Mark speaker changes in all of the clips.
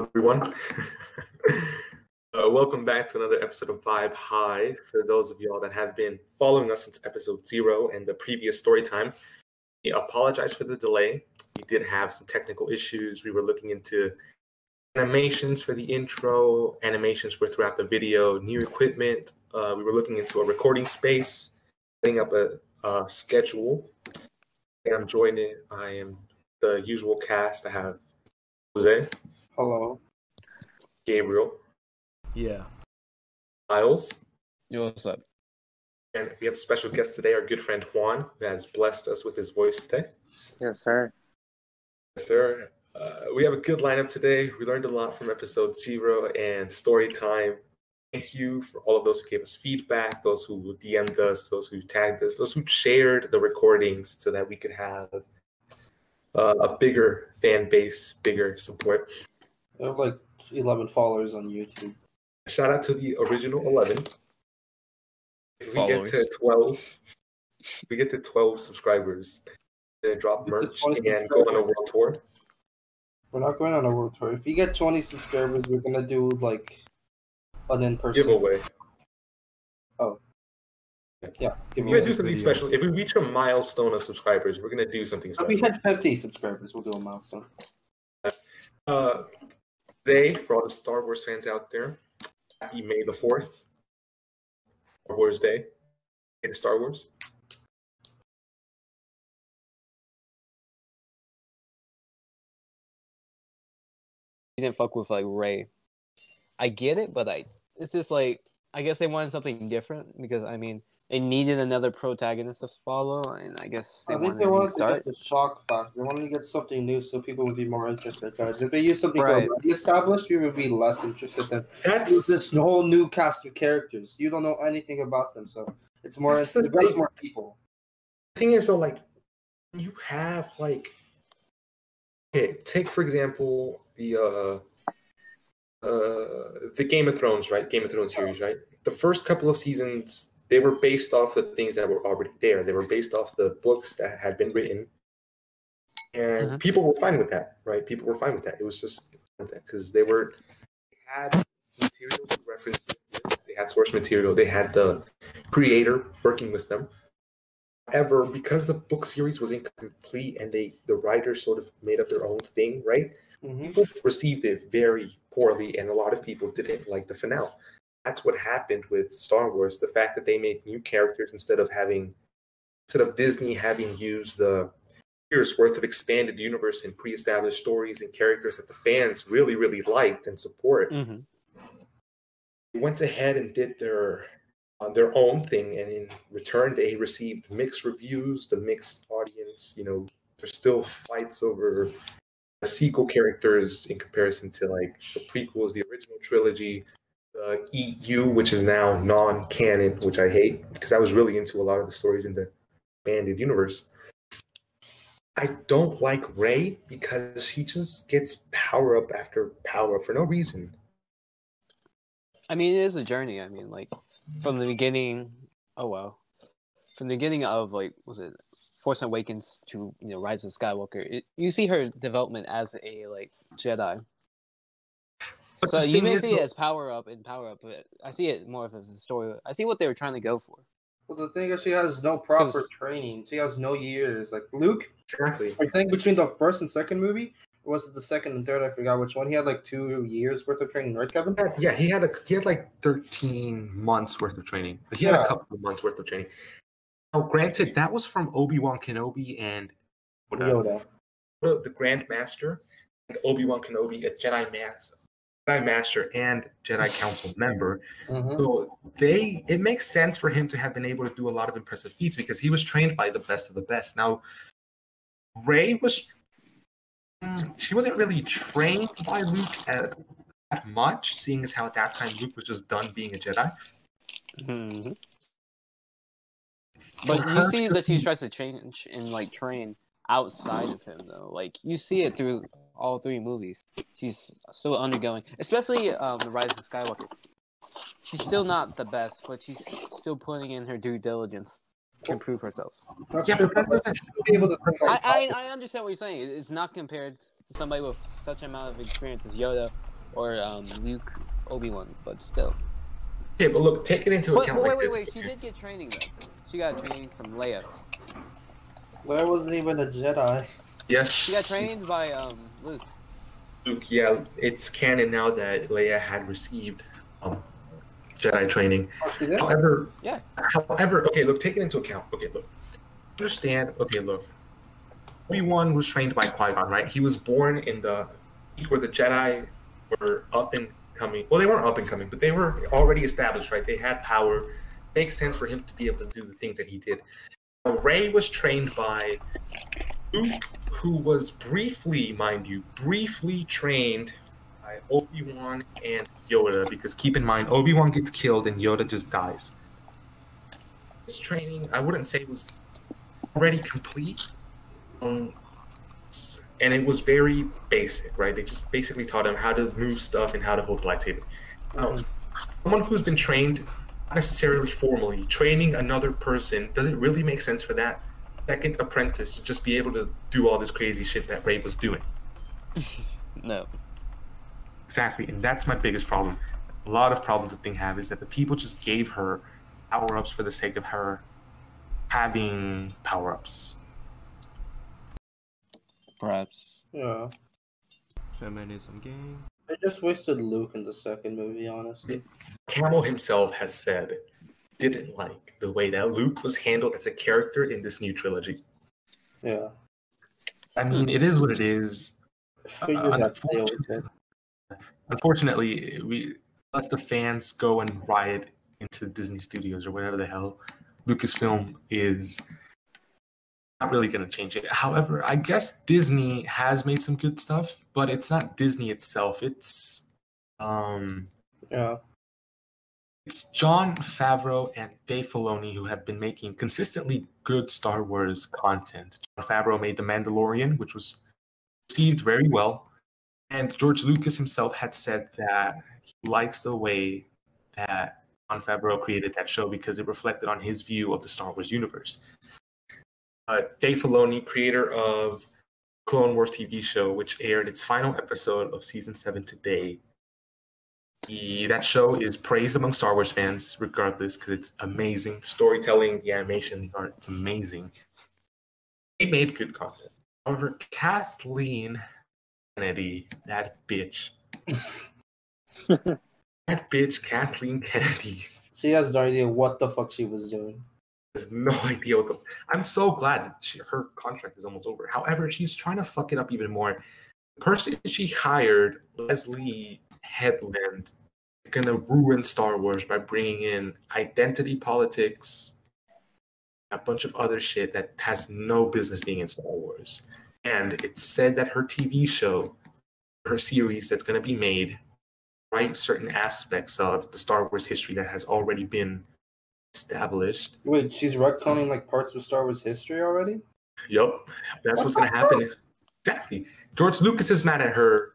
Speaker 1: everyone. uh, welcome back to another episode of Vibe High. For those of y'all that have been following us since episode zero and the previous story time, we apologize for the delay. We did have some technical issues. We were looking into animations for the intro, animations for throughout the video, new equipment. Uh, we were looking into a recording space, setting up a, a schedule. And I'm joining. I am the usual cast. I have Jose,
Speaker 2: Hello.
Speaker 1: Gabriel,
Speaker 3: Yeah.
Speaker 1: Miles,
Speaker 4: Yo, what's up?
Speaker 1: and we have a special guest today, our good friend Juan, that has blessed us with his voice today.
Speaker 2: Yes, sir.
Speaker 1: Yes, sir. Uh, we have a good lineup today. We learned a lot from episode zero and story time. Thank you for all of those who gave us feedback, those who DM'd us, those who tagged us, those who shared the recordings so that we could have uh, a bigger fan base, bigger support.
Speaker 2: I have like 11 followers on YouTube.
Speaker 1: Shout out to the original 11. If we
Speaker 4: Followers.
Speaker 1: get to 12, we get to 12 subscribers, then drop
Speaker 2: It's a
Speaker 1: merch
Speaker 2: 20
Speaker 1: and go on a world tour.
Speaker 2: We're not going on a world tour. If you get 20 subscribers, we're gonna do like an in-person
Speaker 1: Giveaway.
Speaker 2: Yeah,
Speaker 1: We're going
Speaker 2: giveaway.
Speaker 1: to do something
Speaker 3: video.
Speaker 1: special. If we reach a milestone of subscribers, we're going to do something
Speaker 2: If
Speaker 1: special.
Speaker 2: we had 50 subscribers, we'll do a milestone.
Speaker 1: Uh, today, for all the Star Wars fans out there, happy May the 4th, Star Wars Day, Day to Star Wars.
Speaker 4: You didn't fuck with like Ray. I get it, but I it's just like I guess they wanted something different because I mean they needed another protagonist to follow, and I guess they
Speaker 2: I think
Speaker 4: wanted
Speaker 2: they
Speaker 4: to
Speaker 2: wanted to
Speaker 4: start.
Speaker 2: get the shock factor. They wanted to get something new so people would be more interested. Guys, if they use something
Speaker 4: Right.
Speaker 2: already established, we would be less interested than it's
Speaker 1: That's
Speaker 2: this whole new cast of characters. You don't know anything about them, so it's more.
Speaker 1: That's
Speaker 2: It's,
Speaker 1: the thing.
Speaker 2: more people.
Speaker 1: thing is though, like you have like okay, take for example the uh uh the Game of Thrones, right? Game of Thrones series, right? The first couple of seasons they were based off the things that were already there. They were based off the books that had been written. And
Speaker 4: Mhm.
Speaker 1: people were fine with that, right? People were fine with that. It was just because they were they had material to reference it. They had source material. They had the creator working with them. However, because the book series was incomplete and they the writers sort of made up their own thing, right?
Speaker 2: hmm
Speaker 1: People received it very poorly, and a lot of people didn't like the finale. That's what happened with Star Wars. The fact that they made new characters instead of having instead of Disney having used the years worth of expanded universe and pre-established stories and characters that the fans really, really liked and support
Speaker 4: hmm
Speaker 1: they went ahead and did their uh, their own thing, and in return, they received mixed reviews, the mixed audience. You know, there's still fights over the sequel characters in comparison to like the prequels, the original trilogy, the EU, which is now non-canon, which I hate because I was really into a lot of the stories in the expanded universe. I don't like Ray because she just gets power up after power up for no reason.
Speaker 4: I mean, it is a journey. I mean, like from the beginning. Oh wow, from the beginning of like was it Force Awakens to you know Rise of Skywalker, it, you see her development as a like Jedi.
Speaker 1: But
Speaker 4: so
Speaker 1: the
Speaker 4: you
Speaker 1: thing
Speaker 4: may
Speaker 1: is,
Speaker 4: see it
Speaker 1: though-
Speaker 4: as power up and power up, but I see it more of as a story. I see what they were trying to go for.
Speaker 2: Well, the thing is, she has no proper
Speaker 4: 'Cause-
Speaker 2: training. She has no years. Like Luke,
Speaker 1: Exactly.
Speaker 2: I think between the first and second movie, or was it the second and third? I forgot which one. He had like two years worth of training, right, Kevin?
Speaker 1: had- yeah, he had a he had like 13 months worth of training. Like, he had
Speaker 2: Yeah.
Speaker 1: a couple of months worth of training. Now, granted, that was from Obi Wan Kenobi and uh, Yoda,
Speaker 2: Yoda.
Speaker 1: the Grand Master, and Obi Wan Kenobi, a Jedi Master, Jedi Master, and Jedi Council member.
Speaker 2: hmm
Speaker 1: So they, it makes sense for him to have been able to do a lot of impressive feats because he was trained by the best of the best. Now, Ray was, mm, she wasn't really trained by Luke at, that much, seeing as how at that time Luke was just done being a Jedi.
Speaker 4: But
Speaker 1: For
Speaker 4: you
Speaker 1: her
Speaker 4: see
Speaker 1: to
Speaker 4: that she
Speaker 1: be-
Speaker 4: tries to change and like train outside of him though. Like you see it through all three movies. She's still undergoing, especially um, the Rise of Skywalker. She's still not the best, but she's still putting in her due diligence to improve herself.
Speaker 1: Yeah, but that doesn't.
Speaker 2: be able to think like
Speaker 4: I, I, I understand what you're saying. It- It's not compared to somebody with such amount of experience as Yoda or um, Luke, Obi Wan, but still.
Speaker 1: Okay, but look, take it into
Speaker 4: But,
Speaker 1: account.
Speaker 4: but wait,
Speaker 1: like
Speaker 4: wait,
Speaker 1: this.
Speaker 4: wait. She did get training though. She got training from Leia.
Speaker 2: Leia wasn't even a Jedi.
Speaker 1: Yes.
Speaker 4: She got trained by um Luke.
Speaker 1: Luke, yeah, it's canon now that Leia had received um, Jedi training.
Speaker 2: Oh, she did?
Speaker 1: However,
Speaker 4: Yeah.
Speaker 1: However, okay, look, take it into account. Okay, look, understand. Okay, look, Obi Wan was trained by Qui Gon, right? He was born in the peak where the Jedi were up and coming. Well, they weren't up and coming, but they were already established, right? They had power. Makes sense for him to be able to do the things that he did. Ray was trained by Luke, who was briefly, mind you, briefly trained by Obi Wan and Yoda. Because keep in mind, Obi Wan gets killed and Yoda just dies. His training, I wouldn't say was already complete, um, s- and it was very basic, right? They just basically taught him how to move stuff and how to hold the lightsaber. Now, someone who's been trained not necessarily formally training another person does it really make sense for that second apprentice to just be able to do all this crazy shit that ray was doing
Speaker 4: No.
Speaker 1: exactly and that's my biggest problem a lot of problems that thing have is that the people just gave her power-ups for the sake of her having power-ups
Speaker 4: Perhaps.
Speaker 2: Yeah.
Speaker 3: Feminism game.
Speaker 2: They just wasted Luke in the second movie, honestly.
Speaker 1: Camel himself has said he didn't like the way that Luke was handled as a character in this new trilogy.
Speaker 2: Yeah.
Speaker 1: I mean, it is what it is.
Speaker 3: Uh,
Speaker 2: Could use that to deal
Speaker 1: unfortunately,
Speaker 2: with it.
Speaker 1: unfortunately, we let the fans go and riot into Disney Studios or whatever the hell Lucasfilm is. Not really going to change it. However, I guess Disney has made some good stuff, but it's not Disney itself. It's um,
Speaker 2: Yeah.
Speaker 1: it's John Favreau and Dave Filoni who have been making consistently good Star Wars content. John Favreau made The Mandalorian, which was received very well. And George Lucas himself had said that he likes the way that John Favreau created that show because it reflected on his view of the Star Wars universe. Uh, Dave Filoni, creator of Clone Wars TV show, which aired its final episode of season seven today, the, that show is praised among Star Wars fans, regardless, because it's amazing storytelling, the animation, the art, it's amazing. They made good content. However, Kathleen Kennedy, that bitch, that bitch, Kathleen Kennedy,
Speaker 2: She has no idea what the fuck she was doing.
Speaker 1: has no idea what the. I'm so glad that she, her contract is almost over. However, she's trying to fuck it up even more. The person she hired, Leslie Headland, is gonna ruin Star Wars by bringing in identity politics, a bunch of other shit that has no business being in Star Wars. And it's said that her TV show, her series that's gonna be made, write certain aspects of the Star Wars history that has already been established
Speaker 2: Wait, she's retconning like parts of Star Wars history already?
Speaker 1: Yep, that's what's
Speaker 2: What
Speaker 1: gonna
Speaker 2: the
Speaker 1: happen. Exactly. George Lucas is mad at her.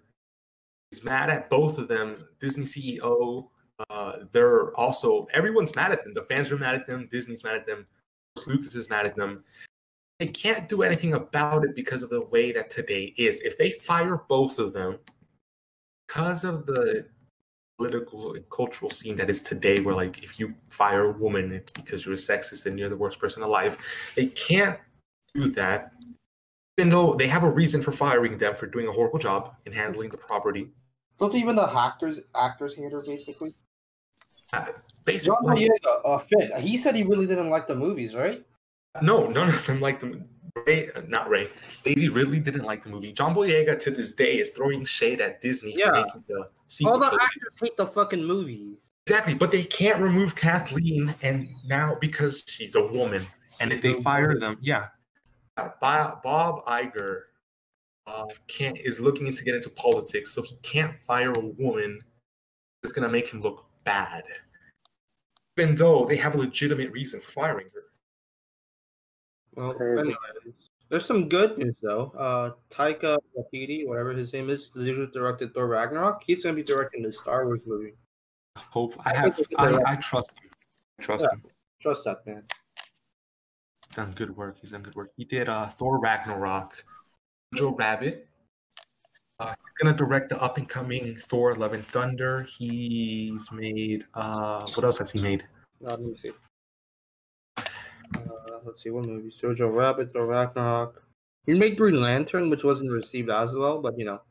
Speaker 1: He's mad at both of them. Disney CEO. Uh, they're also everyone's mad at them. The fans are mad at them. Disney's mad at them. George Lucas is mad at them. They can't do anything about it because of the way that today is. If they fire both of them, because of the political and cultural scene that is today, where like if you fire a woman, it's because you're a sexist and you're the worst person alive. They can't do that, even though they have a reason for firing them for doing a horrible job in handling the property.
Speaker 2: Don't even the hackers actors hate her basically? John
Speaker 1: Basically,
Speaker 2: Boyega, uh, Finn, he said he really didn't like the movies, right?
Speaker 1: no, none of them like the Ray, uh, not Ray. Daisy Ridley didn't like the movie. John Boyega to this day is throwing shade at Disney for
Speaker 2: Yeah.
Speaker 1: making the sequel.
Speaker 2: All the
Speaker 1: trilogy.
Speaker 2: actors hate the fucking movies.
Speaker 1: Exactly, but they can't remove Kathleen, and now because she's a woman, and if they fire them, yeah, Uh, Bob, Bob Iger uh, can't is looking to get into politics, so he can't fire a woman. It's gonna make him look bad, even though they have a legitimate reason for firing her.
Speaker 2: Well,
Speaker 4: Crazy.
Speaker 2: anyway, there's some good news though. Uh, Taika Waititi, whatever his name is, who directed Thor Ragnarok. He's gonna be directing the Star Wars movie.
Speaker 1: Hope I
Speaker 2: have- I- I
Speaker 1: trust him. Trust
Speaker 2: Yeah.
Speaker 1: him.
Speaker 2: Trust that man.
Speaker 1: He's done good work. He's done good work. He did uh, Thor Ragnarok, Joe Rabbit, Uh, he's gonna direct the up and coming Thor: Love and Thunder. He's made. Uh, what else has he made?
Speaker 2: Uh, let me see. Uh, let's see what movie. Jojo Rabbit, Thor Ragnarok. He made Green Lantern, which wasn't received as well, but you know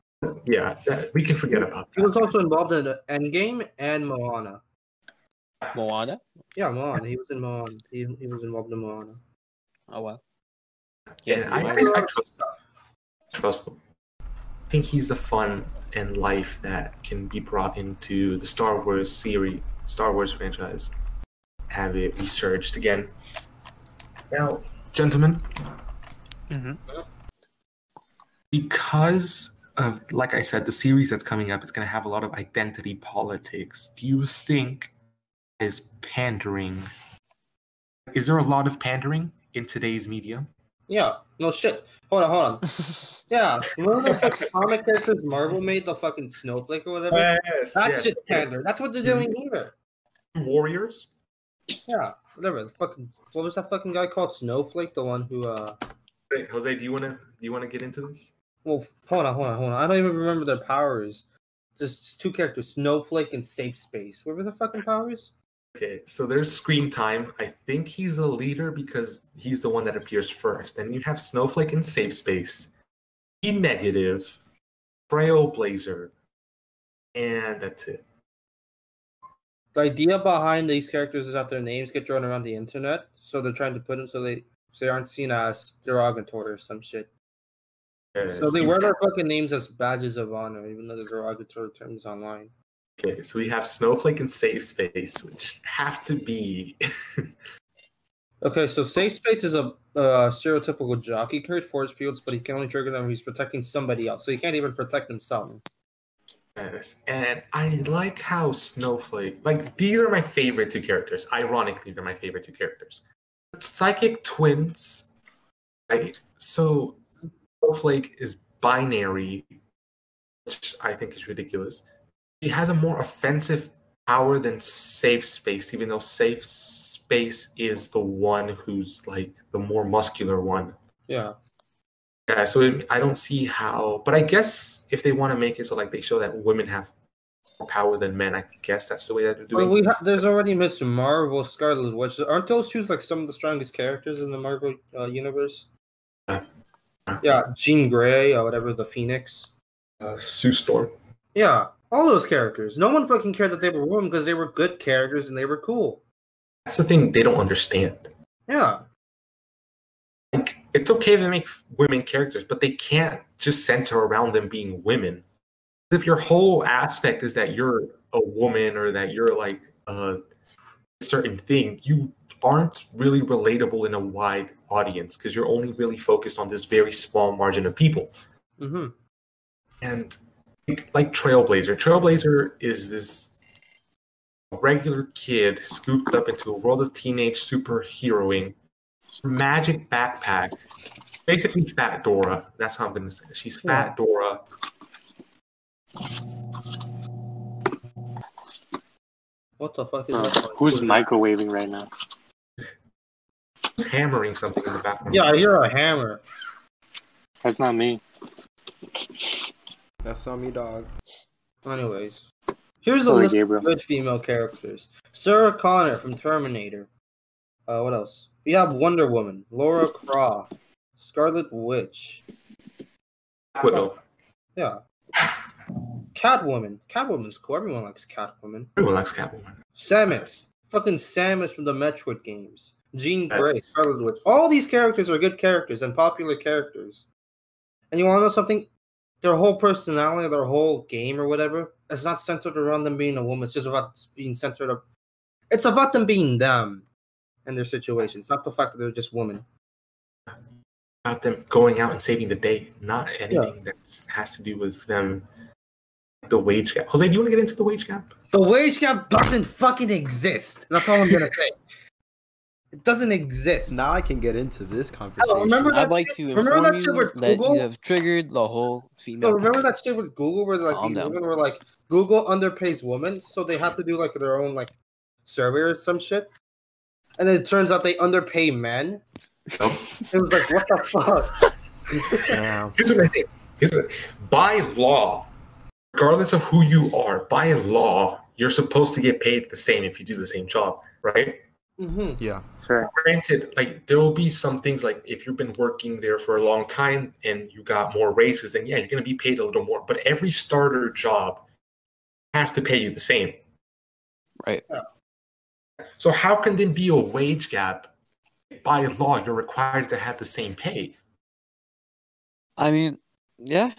Speaker 1: Yeah, that, we can forget about
Speaker 2: he
Speaker 1: that.
Speaker 2: was also involved in the Endgame and Moana.
Speaker 4: Moana.
Speaker 2: Yeah, Moana. He was in Moana. He, he was involved in Moana.
Speaker 4: Oh wow.
Speaker 1: Yeah,
Speaker 4: Yes,
Speaker 1: I, I,
Speaker 4: Moana.
Speaker 1: I trust, trust him. I think he's the fun and life that can be brought into the Star Wars series, Star Wars franchise. Have it resurged again. Now, gentlemen,
Speaker 4: Mhm.
Speaker 1: because of, like I said, the series that's coming up, it's going to have a lot of identity politics. Do you think is pandering? Is there a lot of pandering in today's medium?
Speaker 2: Yeah. No shit. Hold on. Hold on. Yeah. Remember those fucking comic characters Marvel made the fucking snowflake or whatever.
Speaker 1: Uh, Yes,
Speaker 2: That's shit tender. That's what they're doing here.
Speaker 1: Warriors.
Speaker 2: Yeah, whatever. The fucking what was that fucking guy called? Snowflake, the one who uh
Speaker 1: Hey, Jose, do you want to do you want to get into this?
Speaker 2: well hold on, hold on, hold on. I don't even remember their powers. Just two characters, Snowflake and Safe Space. What were the fucking powers?
Speaker 1: Okay, so there's screen time. I think he's a leader because he's the one that appears first. And you have Snowflake in Safe Space, E Negative, Trailblazer, and that's it.
Speaker 2: The idea behind these characters is that their names get thrown around the internet, so they're trying to put them so they so they aren't seen as derogatory or some shit. So they wear their fucking names as badges of honor, even though they're derogatory terms online.
Speaker 1: Okay, so we have Snowflake and Safe Space, which have to be
Speaker 2: Okay, so safe space is a uh, stereotypical jockey carried force fields, but he can only trigger them when he's protecting somebody else. So he can't even protect himself.
Speaker 1: Yes, and I like how Snowflake, like these are my favorite two characters. Ironically, they're my favorite two characters. Psychic twins, right? So Snowflake is binary, which I think is ridiculous. She has a more offensive power than Safe Space, even though Safe Space is the one who's like the more muscular one.
Speaker 2: Yeah.
Speaker 1: Yeah, so it, I don't see how, but I guess if they want to make it so like they show that women have more power than men, I guess that's the way that they're doing.
Speaker 2: Well, we ha- there's already Miss Marvel, Scarlet Witch. Aren't those two like some of the strongest characters in the Marvel uh, universe?
Speaker 5: Uh,
Speaker 1: Yeah.
Speaker 2: Yeah, Jean Grey or whatever, the Phoenix.
Speaker 1: uh, Sue Storm.
Speaker 2: Yeah, all those characters. No one fucking cared that they were women because they were good characters and they were cool.
Speaker 1: That's the thing they don't understand.
Speaker 2: Yeah.
Speaker 1: Like it's okay to make women characters, but they can't just center around them being women. If your whole aspect is that you're a woman or that you're like a certain thing, you aren't really relatable in a wide audience because you're only really focused on this very small margin of people.
Speaker 2: Mm-hmm.
Speaker 1: and like, like Trailblazer. Trailblazer is this regular kid scooped up into a world of teenage superheroing, magic backpack, basically Fat Dora. That's how I'm gonna say. it. She's Fat Dora.
Speaker 2: What the fuck is
Speaker 5: Uh,
Speaker 2: that?
Speaker 5: who's microwaving right now?
Speaker 1: Who's hammering something in the background?
Speaker 2: Yeah, I hear a hammer.
Speaker 5: That's not me.
Speaker 3: That's on me, dog.
Speaker 2: Anyways, here's a
Speaker 5: Sorry,
Speaker 2: list
Speaker 5: Gabriel.
Speaker 2: of good female characters: Sarah Connor from Terminator. Uh, what else? We have Wonder Woman, Laura Croft, Scarlet Witch.
Speaker 1: Widow.
Speaker 2: Yeah. Catwoman. Catwoman's cool. Everyone likes Catwoman.
Speaker 1: Everyone likes Catwoman.
Speaker 2: Samus. Fucking Samus from the Metroid games. Jean Grey,
Speaker 1: Yes.
Speaker 2: Scarlet Witch. All these characters are good characters and popular characters. And you want to know something? Their whole personality, their whole game or whatever, it's not centered around them being a woman. It's just about being centered up. It's about them being them and their situation. It's not the fact that they're just women.
Speaker 1: About them going out and saving the day, not anything that has to do with them. The wage gap. Jose, do you want to get into the wage gap?
Speaker 2: The wage gap doesn't fucking exist. That's all I'm gonna say. It doesn't exist.
Speaker 3: Now I can get into this conversation.
Speaker 2: Hello, remember that
Speaker 4: I'd like
Speaker 2: shit-
Speaker 4: to
Speaker 2: remember
Speaker 4: inform
Speaker 2: that
Speaker 4: you
Speaker 2: shit with
Speaker 4: that
Speaker 2: Google?
Speaker 4: you have triggered the whole
Speaker 2: No,
Speaker 4: female.
Speaker 2: remember that shit with Google where like
Speaker 4: Calm
Speaker 2: these
Speaker 4: down.
Speaker 2: women were like Google underpays women, so they have to do like their own like survey or some shit. And it turns out they underpay men.
Speaker 1: Nope.
Speaker 2: It was like what the fuck?
Speaker 3: Damn.
Speaker 1: Here's what I think. here's what- by law, regardless of who you are, by law, you're supposed to get paid the same if you do the same job, right?
Speaker 2: Mm-hmm.
Speaker 3: Yeah.
Speaker 5: Sure.
Speaker 1: granted, like there will be some things like if you've been working there for a long time and you got more raises, then yeah, you're going to be paid a little more. But every starter job has to pay you the same.
Speaker 4: Right.
Speaker 2: Yeah.
Speaker 1: So how can there be a wage gap? if By law, you're required to have the same pay.
Speaker 4: I mean, yeah.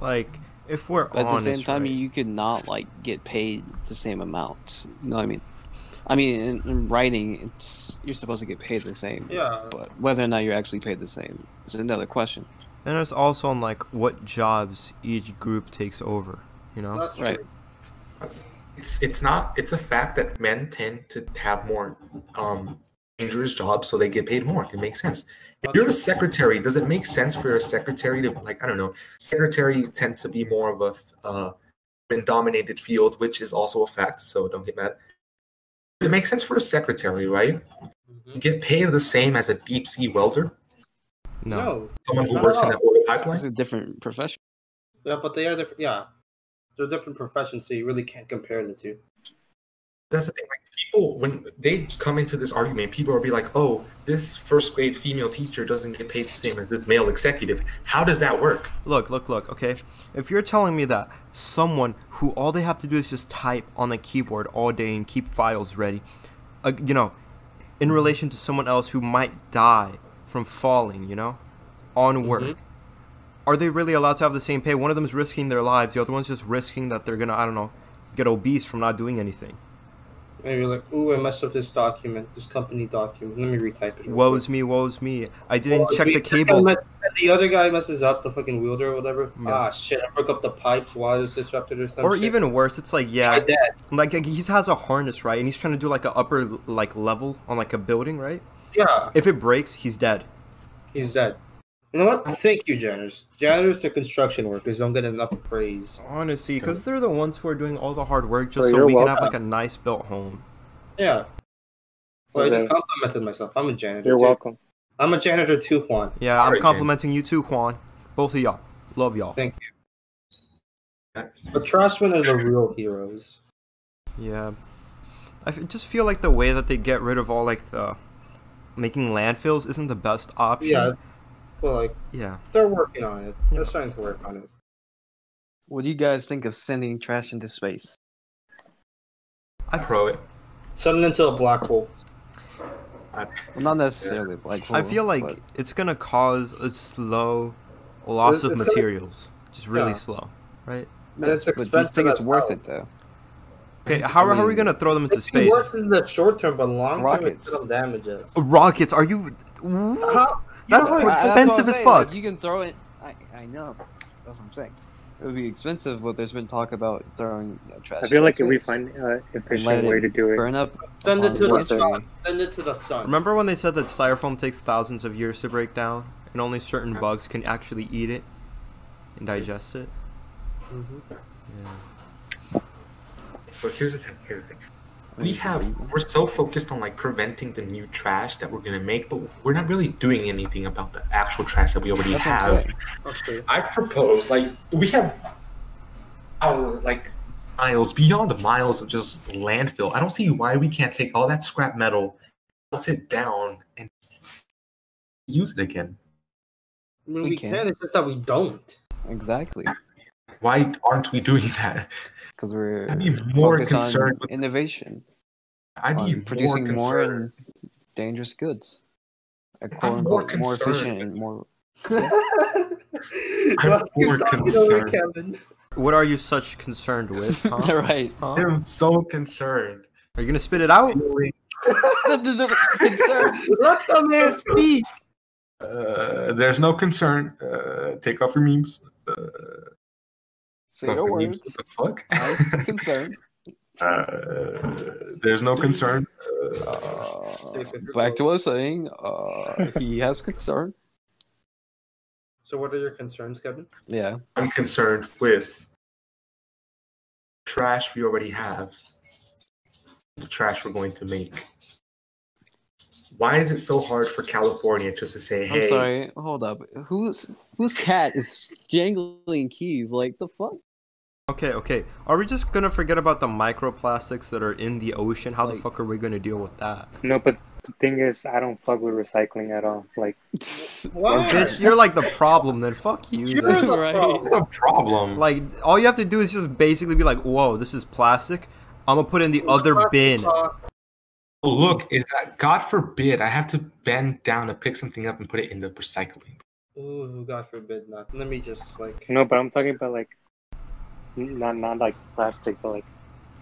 Speaker 3: Like if we're
Speaker 4: But at the
Speaker 3: honest,
Speaker 4: same time,
Speaker 3: right?
Speaker 4: you could not like get paid the same amount. You know what I mean? I mean, in, in writing, it's you're supposed to get paid the same.
Speaker 2: Yeah.
Speaker 4: But whether or not you're actually paid the same is another question.
Speaker 3: and it's also on like what jobs each group takes over. You know.
Speaker 2: That's
Speaker 4: Right.
Speaker 2: true.
Speaker 1: It's it's not. It's a fact that men tend to have more um, dangerous jobs, so they get paid more. It makes sense. If you're a secretary, does it make sense for a secretary to like I don't know? Secretary tends to be more of a uh, dominated field, which is also a fact. So don't get mad. It makes sense for a secretary, right?
Speaker 2: Mhm.
Speaker 1: You get paid the same as a deep sea welder,
Speaker 3: No.
Speaker 1: someone who
Speaker 2: Not at
Speaker 1: works in
Speaker 2: all.
Speaker 1: the oil
Speaker 4: It's
Speaker 1: pipeline.
Speaker 4: a different profession.
Speaker 2: Yeah, but they are different. Yeah, they're different professions, so you really can't compare the two.
Speaker 1: That's the thing. Like people, when they come into this argument, people will be like, "Oh, this first grade female teacher doesn't get paid the same as this male executive. How does that work?"
Speaker 3: Look, look, look. Okay, if you're telling me that someone who all they have to do is just type on a keyboard all day and keep files ready, uh, you know, in relation to someone else who might die from falling, you know, on work,
Speaker 2: Mhm.
Speaker 3: are they really allowed to have the same pay? One of them is risking their lives. The other one's just risking that they're gonna, I don't know, get obese from not doing anything.
Speaker 2: And you're like, ooh, I messed up this document, this company document. Let me retype it. real
Speaker 3: Woe
Speaker 2: quick."
Speaker 3: is me, woe is me. I
Speaker 2: Well,
Speaker 3: didn't
Speaker 2: if
Speaker 3: check
Speaker 2: we-
Speaker 3: the
Speaker 2: if that
Speaker 3: cable.
Speaker 2: mess- if the other guy messes up the fucking wielder or whatever.
Speaker 3: Yeah.
Speaker 2: Ah, shit! I broke up the pipes. Why is disrupted or something?
Speaker 3: Or even worse, it's like
Speaker 2: my
Speaker 3: yeah,
Speaker 2: dad.
Speaker 3: like he has a harness right, and he's trying to do like a upper like level on like a building right.
Speaker 2: Yeah,
Speaker 3: If it breaks, he's dead.
Speaker 2: he's dead. You know what? Thank you, janitors. Janitors to construction workers don't get enough praise.
Speaker 3: Honestly, because they're the ones who are doing all the hard work just
Speaker 5: Oh,
Speaker 3: so
Speaker 5: you're
Speaker 3: we can have like
Speaker 2: welcome.
Speaker 3: a nice built home.
Speaker 2: Yeah. Well, I
Speaker 5: Okay.
Speaker 2: just complimented myself. I'm a janitor.
Speaker 5: You're
Speaker 2: too.
Speaker 5: welcome.
Speaker 2: I'm a janitor too, Juan.
Speaker 3: Yeah,
Speaker 1: Sorry,
Speaker 3: I'm
Speaker 1: Jane.
Speaker 3: complimenting you too, Juan. Both of y'all. Love y'all.
Speaker 2: Thank you. But trashmen are the real heroes.
Speaker 3: Yeah. I f- just feel like the way that they get rid of all like the making landfills isn't the best option.
Speaker 2: Yeah. Well, like
Speaker 3: Yeah.
Speaker 2: they're working on it. They're
Speaker 3: Yeah.
Speaker 2: starting to work on it.
Speaker 4: What do you guys think of sending trash into space?
Speaker 1: I pro it.
Speaker 2: Send it into a black hole.
Speaker 4: Well, not necessarily. Like
Speaker 3: I feel like
Speaker 4: but-
Speaker 3: it's gonna cause a slow loss
Speaker 2: It's-
Speaker 3: of
Speaker 2: it's gonna-
Speaker 3: materials. Just really
Speaker 2: Yeah.
Speaker 3: slow. Right?
Speaker 2: But it's
Speaker 4: but do you
Speaker 2: expensive
Speaker 4: think it's
Speaker 2: as
Speaker 4: worth
Speaker 2: hell.
Speaker 4: it though?
Speaker 3: Okay, how, how are we gonna throw them into
Speaker 2: It's space.
Speaker 3: space? Uh,
Speaker 2: worth it in the short term, but long term it's
Speaker 4: Rockets.
Speaker 2: gonna damage us.
Speaker 3: Rockets, are you
Speaker 2: How-
Speaker 3: That's
Speaker 2: you know,
Speaker 3: It's
Speaker 4: I-
Speaker 2: I-
Speaker 4: that's what
Speaker 3: expensive
Speaker 4: I'm
Speaker 3: as
Speaker 4: saying, like,
Speaker 3: fuck.
Speaker 4: you can throw it. I, I know. That's what I'm saying. It would be expensive, but there's been talk about throwing uh, trash.
Speaker 5: I
Speaker 4: into
Speaker 5: feel like if we
Speaker 4: space
Speaker 5: find an
Speaker 4: and let
Speaker 5: efficient way to do it,
Speaker 4: burn up.
Speaker 2: Send it to the
Speaker 5: Worth it.
Speaker 2: sun. Send it to the sun.
Speaker 3: Remember when they said that styrofoam takes thousands of years to break down, and only certain bugs can actually eat it and digest it?
Speaker 2: Mhm.
Speaker 1: But here's the thing. Here's the thing. We have we're so focused on like preventing the new trash that we're gonna make, but we're not really doing anything about the actual trash that we already
Speaker 4: That's what I'm
Speaker 1: have.
Speaker 4: saying.
Speaker 2: Okay.
Speaker 1: I propose like we have our like miles beyond miles of just landfill. I don't see why we can't take all that scrap metal, melt it down, and use it again.
Speaker 2: I mean,
Speaker 4: We
Speaker 2: we,
Speaker 4: can.
Speaker 2: can. It's just that we don't.
Speaker 4: Exactly,
Speaker 1: Why aren't we doing that?
Speaker 4: because we're
Speaker 1: I'd be more
Speaker 4: focused
Speaker 1: concerned
Speaker 4: on
Speaker 1: with
Speaker 4: innovation,
Speaker 1: I'd be
Speaker 4: on producing
Speaker 1: more
Speaker 4: more,
Speaker 1: concerned.
Speaker 4: and dangerous goods, Uh, quote
Speaker 1: more
Speaker 4: unquote, more
Speaker 1: concerned
Speaker 4: efficient and more.
Speaker 2: I'm
Speaker 1: more concerned.
Speaker 2: Kevin.
Speaker 3: What are you such concerned with?
Speaker 1: uh,
Speaker 3: Huh?
Speaker 4: right.
Speaker 3: Huh?
Speaker 1: I am so concerned.
Speaker 3: Are you gonna spit it out?
Speaker 4: Concerned.
Speaker 2: Let the man speak.
Speaker 1: Uh, there's no concern. Uh, take off your memes. Uh,
Speaker 4: Say
Speaker 1: fuck,
Speaker 4: your
Speaker 1: memes,
Speaker 4: words.
Speaker 1: What the
Speaker 4: I
Speaker 1: fuck?
Speaker 4: was concerned.
Speaker 1: uh, there's no concern. Uh,
Speaker 4: Uh,
Speaker 2: If it
Speaker 4: back to what I was saying. Uh, he has concern.
Speaker 2: So, what are your concerns, Kevin?
Speaker 4: Yeah.
Speaker 1: I'm concerned with trash we already have. The trash we're going to make. Why is it so hard for California just to say,
Speaker 4: I'm
Speaker 1: "Hey,
Speaker 4: sorry. Hold up. Who's whose cat is jangling keys? Like the fuck?
Speaker 3: Okay, okay. Are we just gonna forget about the microplastics that are in the ocean? How the fuck are we gonna deal with that?
Speaker 5: No, but the thing is, I don't fuck with recycling at all. Like,
Speaker 2: Why?
Speaker 3: Bitch, you're like the problem. Then fuck you.
Speaker 2: You're
Speaker 3: then.
Speaker 2: the
Speaker 4: Right.
Speaker 2: problem.
Speaker 6: What's the problem?
Speaker 3: Like all you have to do is just basically be like, "Whoa, this is plastic. I'm gonna put it in the other bin."
Speaker 6: Oh, Look, is that God forbid I have to bend down to pick something up and put it in the recycling.
Speaker 2: Ooh, God forbid not. Let me just like.
Speaker 5: no, but I'm talking about like, not not like plastic, but like,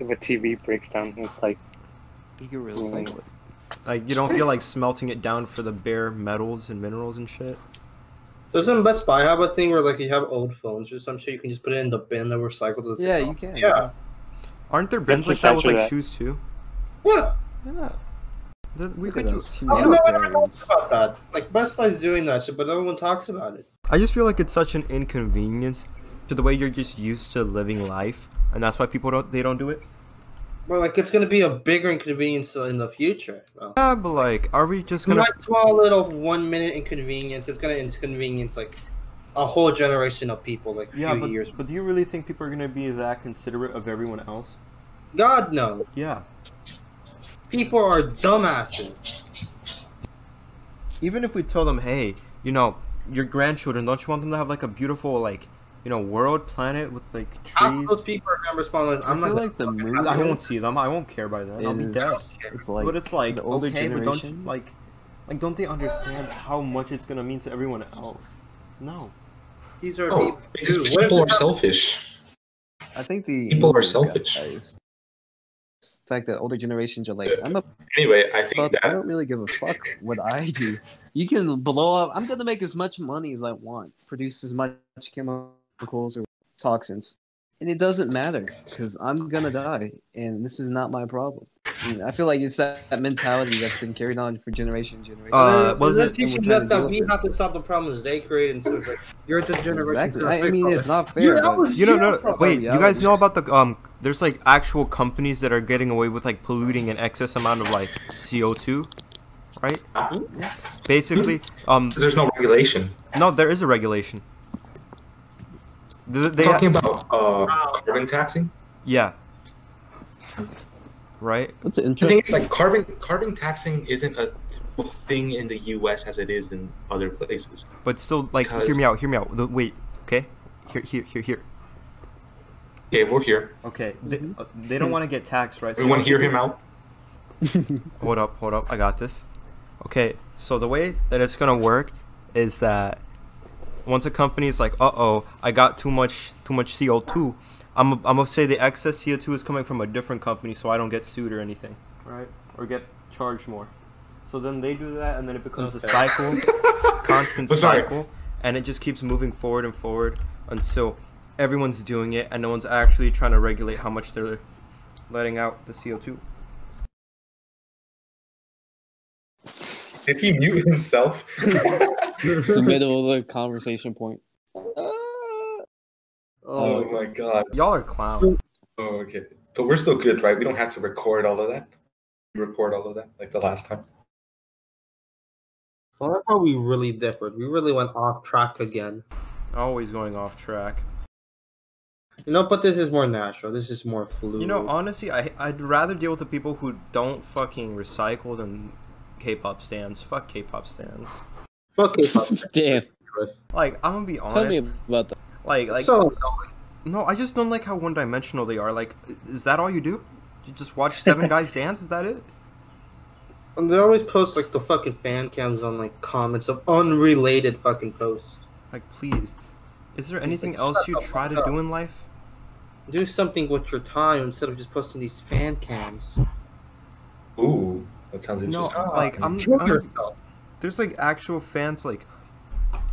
Speaker 5: if a TV breaks down, it's like,
Speaker 4: You can recycle it.
Speaker 3: Mm. Like you don't feel like smelting it down for the bare metals and minerals and shit.
Speaker 2: Doesn't Best Buy have a thing where like you have old phones or some shit? You can just put it in the bin and recycle it.
Speaker 4: Yeah, you can.
Speaker 2: Yeah.
Speaker 3: Aren't there bins like
Speaker 5: Let's
Speaker 3: that with like
Speaker 5: recycle that.
Speaker 3: shoes too?
Speaker 2: Yeah.
Speaker 3: Yeah. Th- We
Speaker 4: Look at
Speaker 3: could do.
Speaker 4: us,
Speaker 2: I don't know why everyone
Speaker 4: humanitarians.
Speaker 2: talks about that. Like Best Buy's doing that shit, but no one talks about it.
Speaker 3: I just feel like it's such an inconvenience to the way you're just used to living life, and that's why people don't they don't do it.
Speaker 2: But like it's gonna be a bigger inconvenience in the future. though.
Speaker 3: Yeah, but like, are we just gonna?
Speaker 2: My small little one minute inconvenience is gonna inconvenience like a whole generation of people like
Speaker 3: Yeah,
Speaker 2: few
Speaker 3: but,
Speaker 2: years.
Speaker 3: but do you really think people are gonna be that considerate of everyone else?
Speaker 2: God no.
Speaker 3: Yeah.
Speaker 2: People are dumbasses.
Speaker 3: Even if we tell them, hey, you know, your grandchildren, don't you want them to have like a beautiful like, you know, world planet with like
Speaker 2: Half of
Speaker 3: trees?
Speaker 2: those people are gonna respond like
Speaker 4: I
Speaker 2: I'm not
Speaker 4: feel
Speaker 2: gonna
Speaker 4: like the movie.
Speaker 3: I won't see them. I won't care by then. I'll be dead.
Speaker 4: is- It's like
Speaker 3: but it's like
Speaker 4: the older
Speaker 3: okay, but don't you,
Speaker 4: generations-
Speaker 3: like, like don't they understand how much it's gonna mean to everyone else? No.
Speaker 2: these are
Speaker 6: Oh,
Speaker 2: people.
Speaker 6: because
Speaker 2: Dude, what if
Speaker 6: people
Speaker 2: it
Speaker 6: are selfish.
Speaker 4: I think the
Speaker 6: People are
Speaker 4: Indians got
Speaker 6: selfish.
Speaker 4: that is- It's like the older generations are like, I'm a
Speaker 6: Anyway, I think
Speaker 4: fuck. I
Speaker 6: that
Speaker 4: don't really give a fuck what I do. You can blow up. I'm gonna make as much money as I want, produce as much chemicals or toxins, and it doesn't matter because I'm gonna die, and this is not my problem. And I feel like it's that, that mentality that's been carried on for generation and generation.
Speaker 3: Uh,
Speaker 2: They're-
Speaker 3: was
Speaker 2: they're
Speaker 3: it-
Speaker 2: teaching
Speaker 4: we're trying
Speaker 2: us
Speaker 4: to
Speaker 2: that
Speaker 4: deal
Speaker 2: we
Speaker 4: with it.
Speaker 2: have to solve the problems they create, and so it's like you're the generation.
Speaker 4: exactly.
Speaker 2: to
Speaker 4: I, I
Speaker 2: fix
Speaker 4: mean,
Speaker 2: all
Speaker 4: it's
Speaker 2: this.
Speaker 4: not fair.
Speaker 2: You're
Speaker 4: but-
Speaker 2: always-
Speaker 3: You don't
Speaker 2: Yeah,
Speaker 3: know.
Speaker 2: bro.
Speaker 3: Wait,
Speaker 4: Yeah,
Speaker 3: you guys
Speaker 4: we-
Speaker 3: know about the um? There's like actual companies that are getting away with like polluting an excess amount of like CO two, right? Basically, um,
Speaker 6: there's no regulation.
Speaker 3: no, there is a regulation. Th- They,
Speaker 6: Talking about uh, carbon taxing.
Speaker 3: yeah, right.
Speaker 4: What's the
Speaker 6: The
Speaker 4: interest?
Speaker 6: thing is, like carbon carbon taxing isn't a thing in the U.S. as it is in other places.
Speaker 3: But still, like, hear
Speaker 6: Because-
Speaker 3: me out. Hear me out. The, wait, okay. Here, here, here, here.
Speaker 6: Okay, we're here.
Speaker 3: Okay, they, uh, they don't want to get taxed, right?
Speaker 6: Everyone hear him out.
Speaker 3: Hold up, hold up. I got this. Okay, so the way that it's gonna work is that once a company is like, "Uh oh, I got too much, too much CO two, I'm, I'm gonna say the excess CO two is coming from a different company, so I don't get sued or anything, right? Or get charged more. So then they do that, and then it becomes a
Speaker 2: Okay.
Speaker 3: cycle, constant
Speaker 6: I'm sorry.
Speaker 3: cycle, and it just keeps moving forward and forward until everyone's doing it, and no one's actually trying to regulate how much they're letting out the CO two.
Speaker 6: Did he mute himself?
Speaker 4: It's the middle of the conversation point.
Speaker 6: oh
Speaker 2: Oh,
Speaker 6: my god.
Speaker 3: Y'all are clowns.
Speaker 6: Oh, okay. But we're still good, right? We don't have to record all of that. We record all of that like the last time.
Speaker 2: well, that's how we really differed. We really went off track again.
Speaker 3: Always going off track.
Speaker 2: You know, but this is more natural. This is more fluid.
Speaker 3: You know, honestly, I I'd rather deal with the people who don't fucking recycle than K-pop stands. Fuck K-pop stands.
Speaker 2: fuck it. fuck it.
Speaker 4: Damn.
Speaker 3: Like I'm gonna be
Speaker 4: Tell me
Speaker 3: honest.
Speaker 4: about that.
Speaker 3: Like like
Speaker 2: so
Speaker 3: no, I just don't like how one-dimensional they are. Like, i- is that all you do? You just watch seven guys dance? Is that it?
Speaker 2: and they always post like the fucking fan cams on like comments of unrelated fucking posts.
Speaker 3: Like, please. Is there anything else you try to do in life?
Speaker 2: Do something with your time instead of just posting these fan cams.
Speaker 6: Ooh, that sounds
Speaker 3: No,
Speaker 6: interesting.
Speaker 1: uh,
Speaker 3: like I'm,
Speaker 2: Enjoy
Speaker 3: I'm.
Speaker 2: yourself.
Speaker 3: There's like actual fans, like,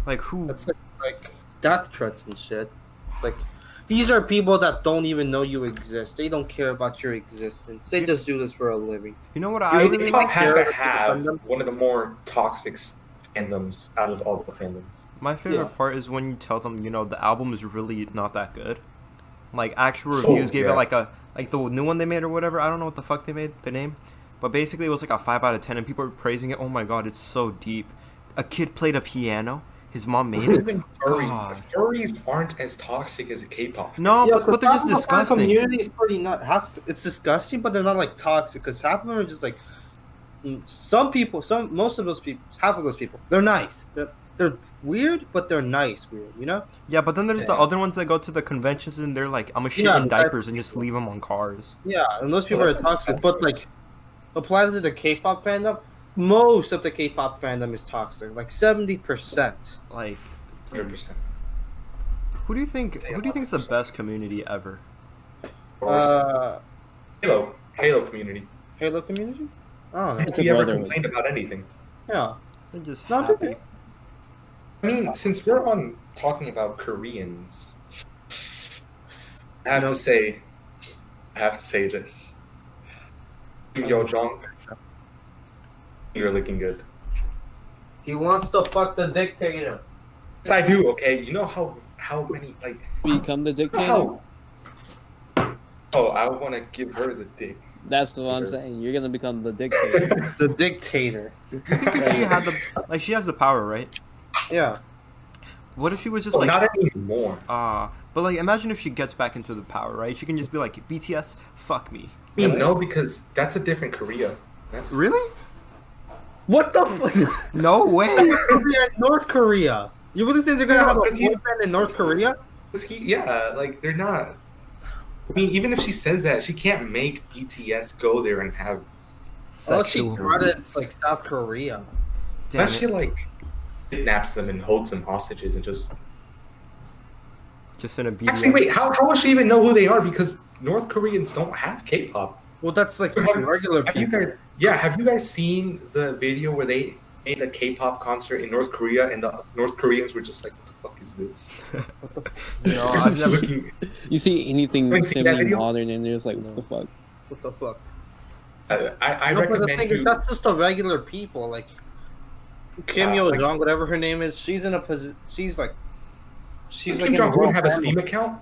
Speaker 3: like who?
Speaker 2: That's like, like death threats and shit. It's like these are people that don't even know you exist. They don't care about your existence. They just do this for a living.
Speaker 3: You know what I
Speaker 6: I
Speaker 3: really
Speaker 6: really
Speaker 3: like?
Speaker 6: has to
Speaker 2: Jared
Speaker 6: have
Speaker 2: fandom.
Speaker 6: one of the more toxic s- fandoms out of all the fandoms.
Speaker 3: My favorite
Speaker 2: Yeah.
Speaker 3: part is when you tell them, you know, the album is really not that good. Like actual
Speaker 6: Oh,
Speaker 3: reviews gave it
Speaker 6: yeah.
Speaker 3: like a like the new one they made or whatever. I don't know what the fuck they made the name, But basically, it was like a five out of ten, and people were praising it. Oh my god, it's so deep. A kid played a piano. His mom made it.
Speaker 1: Even furries,
Speaker 3: God.
Speaker 1: furries aren't as toxic as K-pop.
Speaker 3: No,
Speaker 2: Yeah,
Speaker 3: but, but they're just
Speaker 2: half of our
Speaker 3: disgusting.
Speaker 2: community is pretty not half. It's disgusting, but they're not like toxic because half of them are just like mm, some people. Some most of those people, half of those people, they're nice. They're, they're weird, but they're nice. Weird, you know.
Speaker 3: Yeah, but then there's the
Speaker 1: Yeah.
Speaker 3: other ones that go to the conventions and they're like, I'm gonna shit
Speaker 2: Yeah,
Speaker 3: in
Speaker 2: that's-
Speaker 3: diapers and just leave them on cars.
Speaker 2: Yeah, and those people
Speaker 1: Well,
Speaker 2: are
Speaker 1: that's
Speaker 2: toxic.
Speaker 1: disgusting.
Speaker 2: But like, applies to the K-pop fandom. Most of the K-pop fandom is toxic, like seventy percent.
Speaker 3: Like,
Speaker 1: 100%.
Speaker 3: who do you think? Who do you think is the best community ever?
Speaker 2: Uh,
Speaker 1: Halo, Halo community.
Speaker 2: Halo community. I don't know.
Speaker 1: Have
Speaker 5: It's a
Speaker 1: you ever
Speaker 5: brotherhood.
Speaker 1: complained about anything?
Speaker 2: Yeah,
Speaker 3: They're just
Speaker 2: No, I'm
Speaker 3: happy.
Speaker 1: I mean, since we're on talking about Koreans, I have to say, I have to say this. Kim Yo Jong, you're looking good.
Speaker 2: he wants to fuck the dictator.
Speaker 1: Yes, I do. Okay, you know how how many like
Speaker 4: Become the
Speaker 1: you know
Speaker 4: dictator.
Speaker 1: how. Oh, I want to give her the dick.
Speaker 4: That's what I'm saying. You're gonna become the dictator.
Speaker 2: The dictator.
Speaker 3: You think if she had the like, she has the power, right?
Speaker 2: Yeah.
Speaker 3: What if she was just
Speaker 1: Well,
Speaker 3: like,
Speaker 1: Oh, not anymore.
Speaker 3: ah? but like, imagine if she gets back into the power, right? She can just be like, BTS, fuck me.
Speaker 1: I mean, no, because that's a different Korea. That's
Speaker 3: Really?
Speaker 2: What the fuck?
Speaker 3: No way.
Speaker 2: Korea and North Korea. You really think they're gonna
Speaker 1: No,
Speaker 2: have a
Speaker 1: 'cause he's-
Speaker 2: boyfriend in North Korea?
Speaker 1: Is he- yeah, like they're not. I mean, even if she says that, she can't make BTS go there and have.
Speaker 2: Unless she
Speaker 3: Sexual.
Speaker 2: brought it, it's like South Korea.
Speaker 3: Damn
Speaker 1: unless she
Speaker 3: it.
Speaker 1: like kidnaps them and holds them hostages and just.
Speaker 3: Just in a BDM.
Speaker 1: Actually, wait, how how will she even know who they are? Because North Koreans don't have K-pop.
Speaker 2: Well, that's like
Speaker 1: Have-
Speaker 2: regular
Speaker 1: Have you
Speaker 2: people.
Speaker 1: guys? Yeah, have you guys seen the video where they made a K-pop concert in North Korea and the North Koreans were just like, "What the fuck is this?"
Speaker 3: No,
Speaker 1: They're
Speaker 3: I've
Speaker 1: just
Speaker 3: never.
Speaker 1: looking-
Speaker 4: you see anything
Speaker 1: Haven't seen that video?
Speaker 4: semi-modern, and you're just like, what the fuck?
Speaker 2: What the fuck?
Speaker 1: I, I, I
Speaker 2: No, but the
Speaker 1: recommend
Speaker 2: thing
Speaker 1: you.
Speaker 2: is, that's just the regular people. Like Kim
Speaker 1: Uh,
Speaker 2: Yo
Speaker 1: like-
Speaker 2: Jong, whatever her name is, she's in a position. She's like, she's
Speaker 1: Kim
Speaker 2: like in a
Speaker 1: Jong Un
Speaker 2: royal
Speaker 1: have a
Speaker 2: family.
Speaker 1: Steam account.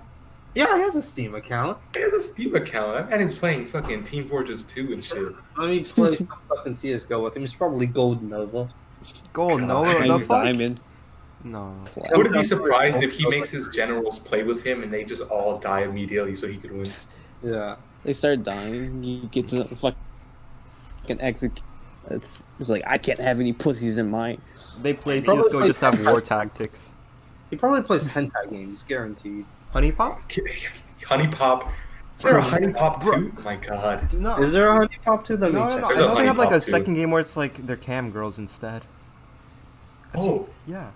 Speaker 2: Yeah, he has a Steam account.
Speaker 1: He has a Steam account. That man is playing fucking Team Fortress 2 and shit.
Speaker 2: Let me play some fucking CS:GO with him. He's probably gold level.
Speaker 3: Gold, no,
Speaker 4: Mine's
Speaker 3: the fuck?
Speaker 4: diamond.
Speaker 3: No.
Speaker 1: I wouldn't be surprised if he makes his generals play with him and they just all die immediately so he could win.
Speaker 2: Yeah.
Speaker 4: They start dying. He gets a fucking execute. It's, it's like I can't have any pussies in mine.
Speaker 3: They play
Speaker 2: Probably
Speaker 3: CSGO
Speaker 2: like-
Speaker 3: just have war tactics.
Speaker 2: He probably plays hentai games, guaranteed.
Speaker 3: Honey Pop?
Speaker 1: Honey Pop. Is there a Honey Pop 2? Oh my god.
Speaker 3: No.
Speaker 2: Is there a honey pop too? Let me
Speaker 3: no, no,
Speaker 2: check.
Speaker 3: no. I
Speaker 1: There's a
Speaker 3: know they
Speaker 1: Honey
Speaker 3: have like
Speaker 1: Pop
Speaker 3: a
Speaker 1: too.
Speaker 3: second game where it's like they're cam girls instead.
Speaker 1: Oh,
Speaker 3: Yeah.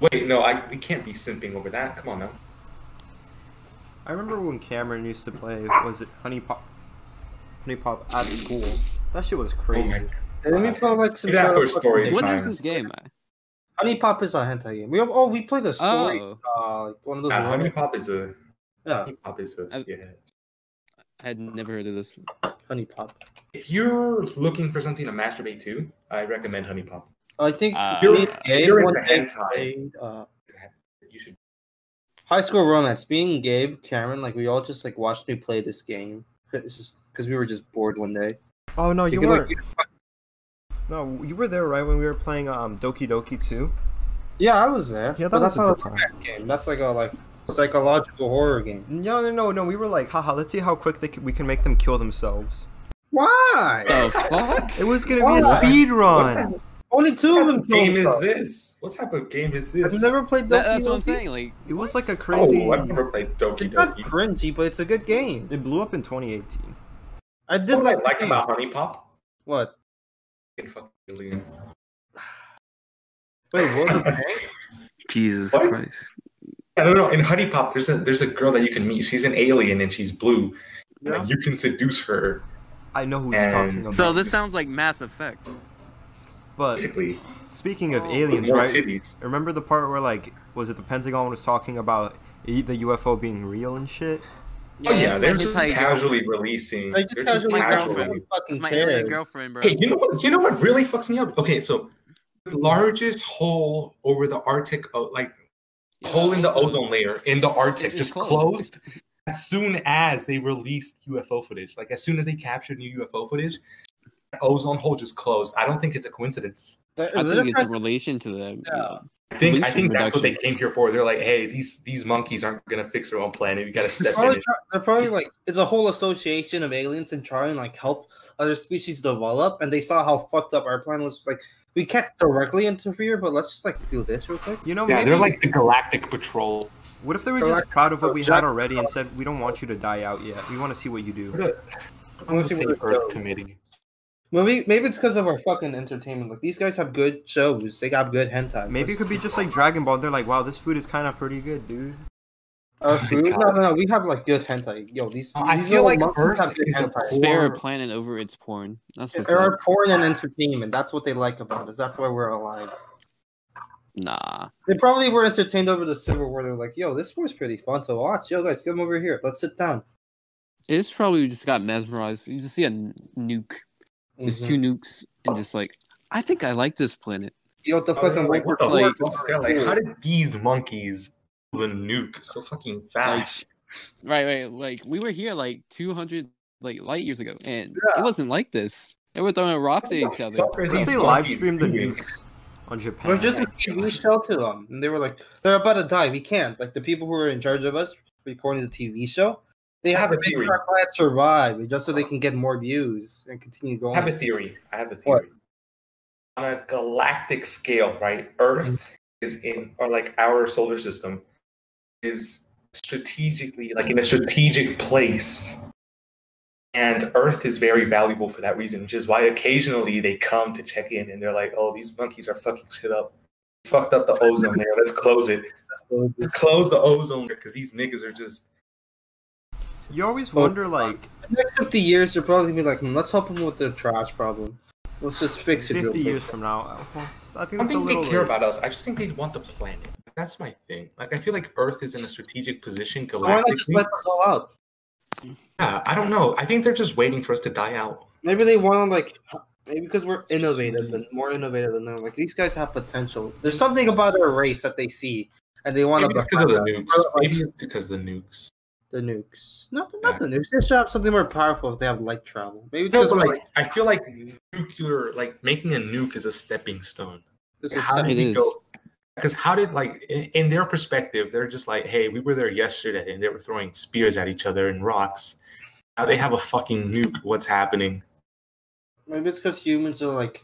Speaker 1: wait, no, I we can't be simping over that. Come on now.
Speaker 3: I remember when Cameron used to play, was it Honey Pop? Honey Pop at school. That shit was
Speaker 1: Oh my
Speaker 3: crazy.
Speaker 2: Let me pull up, like some
Speaker 1: Maybe
Speaker 2: sort
Speaker 1: after a
Speaker 2: of
Speaker 1: story
Speaker 2: fucking-
Speaker 1: It's
Speaker 4: What
Speaker 1: fine.
Speaker 4: is this game?
Speaker 2: Honey Pop is a hentai game. We have, oh, we played a story.
Speaker 4: Oh.
Speaker 2: Uh, like one of those.
Speaker 1: Nah, Honey
Speaker 2: honey,
Speaker 1: Pop is a.
Speaker 2: yeah,
Speaker 1: Honey Pop is a.
Speaker 4: I-
Speaker 1: Yeah.
Speaker 4: I had never heard of this.
Speaker 2: honey pop.
Speaker 1: If you're looking for something to masturbate to, I recommend Honey Pop.
Speaker 2: I think
Speaker 4: Uh,
Speaker 2: me and
Speaker 4: You're-
Speaker 2: Gabe
Speaker 1: you're
Speaker 2: one
Speaker 1: into
Speaker 2: day
Speaker 1: hentai.
Speaker 2: played, uh,
Speaker 1: You should.
Speaker 2: High School Romance. Being Gabe, Cameron, like we all just like watched me play this game. It's just because we were just bored one day.
Speaker 3: Oh no, you
Speaker 2: Because,
Speaker 3: were
Speaker 2: like,
Speaker 3: no, you were there right when we were playing um Doki Doki 2.
Speaker 2: yeah, I was there.
Speaker 3: Yeah, that
Speaker 2: but
Speaker 3: was
Speaker 2: that's
Speaker 3: a
Speaker 2: not
Speaker 3: good
Speaker 2: a
Speaker 3: time.
Speaker 2: romance game. That's like a like psychological horror game.
Speaker 3: No, no, no, no. We were like, haha, let's see how quick they can, we can make them kill themselves.
Speaker 2: Why?
Speaker 4: The fuck?
Speaker 3: It was gonna be a
Speaker 2: Why?
Speaker 3: speed
Speaker 1: What
Speaker 3: run.
Speaker 1: type
Speaker 2: Only two of them
Speaker 1: of game is
Speaker 2: killed themselves.
Speaker 1: this? What type of game is this?
Speaker 2: I've never played
Speaker 4: That,
Speaker 2: that.
Speaker 4: that's what I'm saying. Like,
Speaker 3: It was like a crazy.
Speaker 1: Oh, I've never played Doki
Speaker 2: It's not
Speaker 1: Doki.
Speaker 2: cringy, but it's a good game.
Speaker 3: It blew up in 2018.
Speaker 2: I did
Speaker 1: What I
Speaker 2: the
Speaker 1: like
Speaker 2: game.
Speaker 1: about Honey Pop?
Speaker 2: what?
Speaker 1: Fucking alien.
Speaker 2: Wait, what? was the game?
Speaker 4: Jesus
Speaker 1: What?
Speaker 4: Christ.
Speaker 1: I don't know. In Honey Pop, there's a there's a girl that you can meet. She's an alien and she's blue.
Speaker 2: Yeah.
Speaker 1: Like, you can seduce her
Speaker 3: I know who he's talking
Speaker 1: And-
Speaker 3: about.
Speaker 4: So this sounds like Mass Effect.
Speaker 3: but
Speaker 1: basically
Speaker 3: speaking of
Speaker 1: with
Speaker 3: aliens,
Speaker 1: more
Speaker 3: right?
Speaker 1: titties.
Speaker 3: Remember the part where like was it the Pentagon was talking about e- the UFO being real and shit?
Speaker 1: oh yeah, they're
Speaker 4: it's
Speaker 1: just
Speaker 4: like-
Speaker 1: casually releasing.
Speaker 2: Like
Speaker 1: they're
Speaker 2: just casually
Speaker 4: my
Speaker 2: casual.
Speaker 4: girlfriend.
Speaker 2: Who fucking
Speaker 4: It's my
Speaker 2: cares?
Speaker 4: alien girlfriend, bro.
Speaker 1: Hey, you know what? You know what really fucks me up? Okay, so the largest hole over the Arctic, o- like
Speaker 4: Yeah,
Speaker 1: hole in the
Speaker 4: so-
Speaker 1: ozone layer in the Arctic,
Speaker 4: It's
Speaker 1: just
Speaker 4: closed.
Speaker 1: closed. as soon as they released UFO footage, like as soon as they captured new UFO footage, that ozone hole just closed. I don't think it's a coincidence.
Speaker 4: I think it's in relation to them.
Speaker 2: Yeah.
Speaker 1: I think I
Speaker 4: Pollution
Speaker 1: think that's what they
Speaker 4: reduction.
Speaker 1: came here for. They're like, hey, these these monkeys aren't gonna fix their own planet. You gotta step
Speaker 2: They're
Speaker 1: in.
Speaker 2: probably,
Speaker 1: it.
Speaker 2: they're probably like it's a whole association of aliens and try and like help other species develop, and they saw how fucked up our planet was. Like we can't directly interfere, but let's just like do this real quick.
Speaker 3: You know,
Speaker 1: Yeah,
Speaker 3: maybe,
Speaker 1: they're like the Galactic Patrol.
Speaker 3: what if they were
Speaker 2: they're
Speaker 3: just
Speaker 2: like-
Speaker 3: proud of what we had
Speaker 2: Jack-
Speaker 3: already and said, we don't want you to die out yet. We want to see what you do.
Speaker 1: I'm gonna
Speaker 2: see
Speaker 1: say
Speaker 2: where it
Speaker 1: Earth
Speaker 2: goes.
Speaker 1: Committee.
Speaker 2: Maybe maybe it's because of our fucking entertainment. Like these guys have good shows. They got good hentai.
Speaker 3: Maybe it could be just like Dragon Ball. They're like, wow, this food is kind of pretty good, dude.
Speaker 2: Our
Speaker 1: Oh my
Speaker 2: Uh, food? No,
Speaker 1: God.
Speaker 2: no, no. We have like good hentai. Yo, these.
Speaker 1: Oh, I
Speaker 2: these
Speaker 1: feel
Speaker 2: little
Speaker 1: like
Speaker 2: monkeys
Speaker 1: Earth
Speaker 2: have good
Speaker 1: is a
Speaker 2: hentai.
Speaker 1: poor-
Speaker 4: Spare
Speaker 1: Or-
Speaker 4: a planet over its porn. That's what's
Speaker 2: There
Speaker 4: up.
Speaker 2: are porn and entertainment. That's what they like about us. That's why we're alive.
Speaker 4: Nah.
Speaker 2: They probably were entertained over the Civil War. They're like, "Yo, this was pretty fun to watch." Yo, guys, come over here. Let's sit down.
Speaker 4: It's probably just got mesmerized. You just see a n- nuke. It's
Speaker 5: Mm-hmm.
Speaker 2: Mhm.
Speaker 4: two nukes and just like, I think I like this planet.
Speaker 2: Yo, what the fucking
Speaker 1: Oh, Like, what the
Speaker 4: Like-
Speaker 1: fuck? They're like, how did these monkeys the nuke so fucking
Speaker 5: Ah,
Speaker 1: fast?
Speaker 4: Right, right. Like we were here like 200 like light years ago, and it wasn't like this. They were throwing rocks at each other.
Speaker 1: Fuck are
Speaker 3: What if
Speaker 1: these
Speaker 3: they live
Speaker 1: monkeys
Speaker 3: stream the
Speaker 1: doing?
Speaker 3: nukes on Japan?
Speaker 2: We're just a TV show to them, um, and they were like, "They're about to die. We can't." Like the people who are in charge of us recording the TV show, they
Speaker 1: I have
Speaker 2: have to
Speaker 1: a
Speaker 2: make
Speaker 1: theory.
Speaker 2: our clients survive just so they can get more views and continue
Speaker 1: I
Speaker 2: going.
Speaker 1: have a theory. I have a theory.
Speaker 2: What?
Speaker 1: On a galactic scale, right? Earth is in, or like our solar system is strategically, like in a strategic place. And Earth is very valuable for that reason, which is why occasionally they come to check in and they're like, oh, these monkeys are fucking shit up. Fucked up the ozone layer. Let's close it. Let's close the ozone layer because these niggas are just.
Speaker 3: You always
Speaker 1: Oh,
Speaker 3: wonder, like,
Speaker 2: The next fifty years, they're probably gonna be like, "Hmm, "Let's help them with their trash problem. Let's just fix it." real
Speaker 3: 50
Speaker 2: quick."
Speaker 3: years from now. uh, well, I
Speaker 1: I don't
Speaker 3: think that's a
Speaker 1: think they
Speaker 3: little
Speaker 1: care
Speaker 3: late.
Speaker 1: about us. I just think they want the planet. That's my thing. Like, I feel like Earth is in a strategic position
Speaker 2: Why not just
Speaker 1: galactically.
Speaker 2: let us all out?
Speaker 1: Yeah, I don't know. I think they're just waiting for us to die out.
Speaker 2: Maybe they want to like maybe because we're innovative and more innovative than them. Like these guys have potential. There's something about our race that they see, and they want
Speaker 1: Maybe
Speaker 2: to
Speaker 1: it's because of the nukes.
Speaker 2: Like-
Speaker 1: Maybe it's because of the nukes.
Speaker 2: the nukes. No, not the nukes. They should have something more powerful if they have light travel. Maybe it's
Speaker 1: No,
Speaker 2: because
Speaker 1: but
Speaker 2: we're,
Speaker 1: like, I feel like nuclear, like making a nuke is a stepping stone.
Speaker 2: this is
Speaker 1: How
Speaker 2: something-
Speaker 1: did
Speaker 4: It
Speaker 1: we
Speaker 4: is.
Speaker 1: go? Because how did like in, in their perspective, they're just like, hey, we were there yesterday, and they were throwing spears at each other and rocks. Now they have a fucking nuke. What's happening?
Speaker 2: maybe it's because humans are like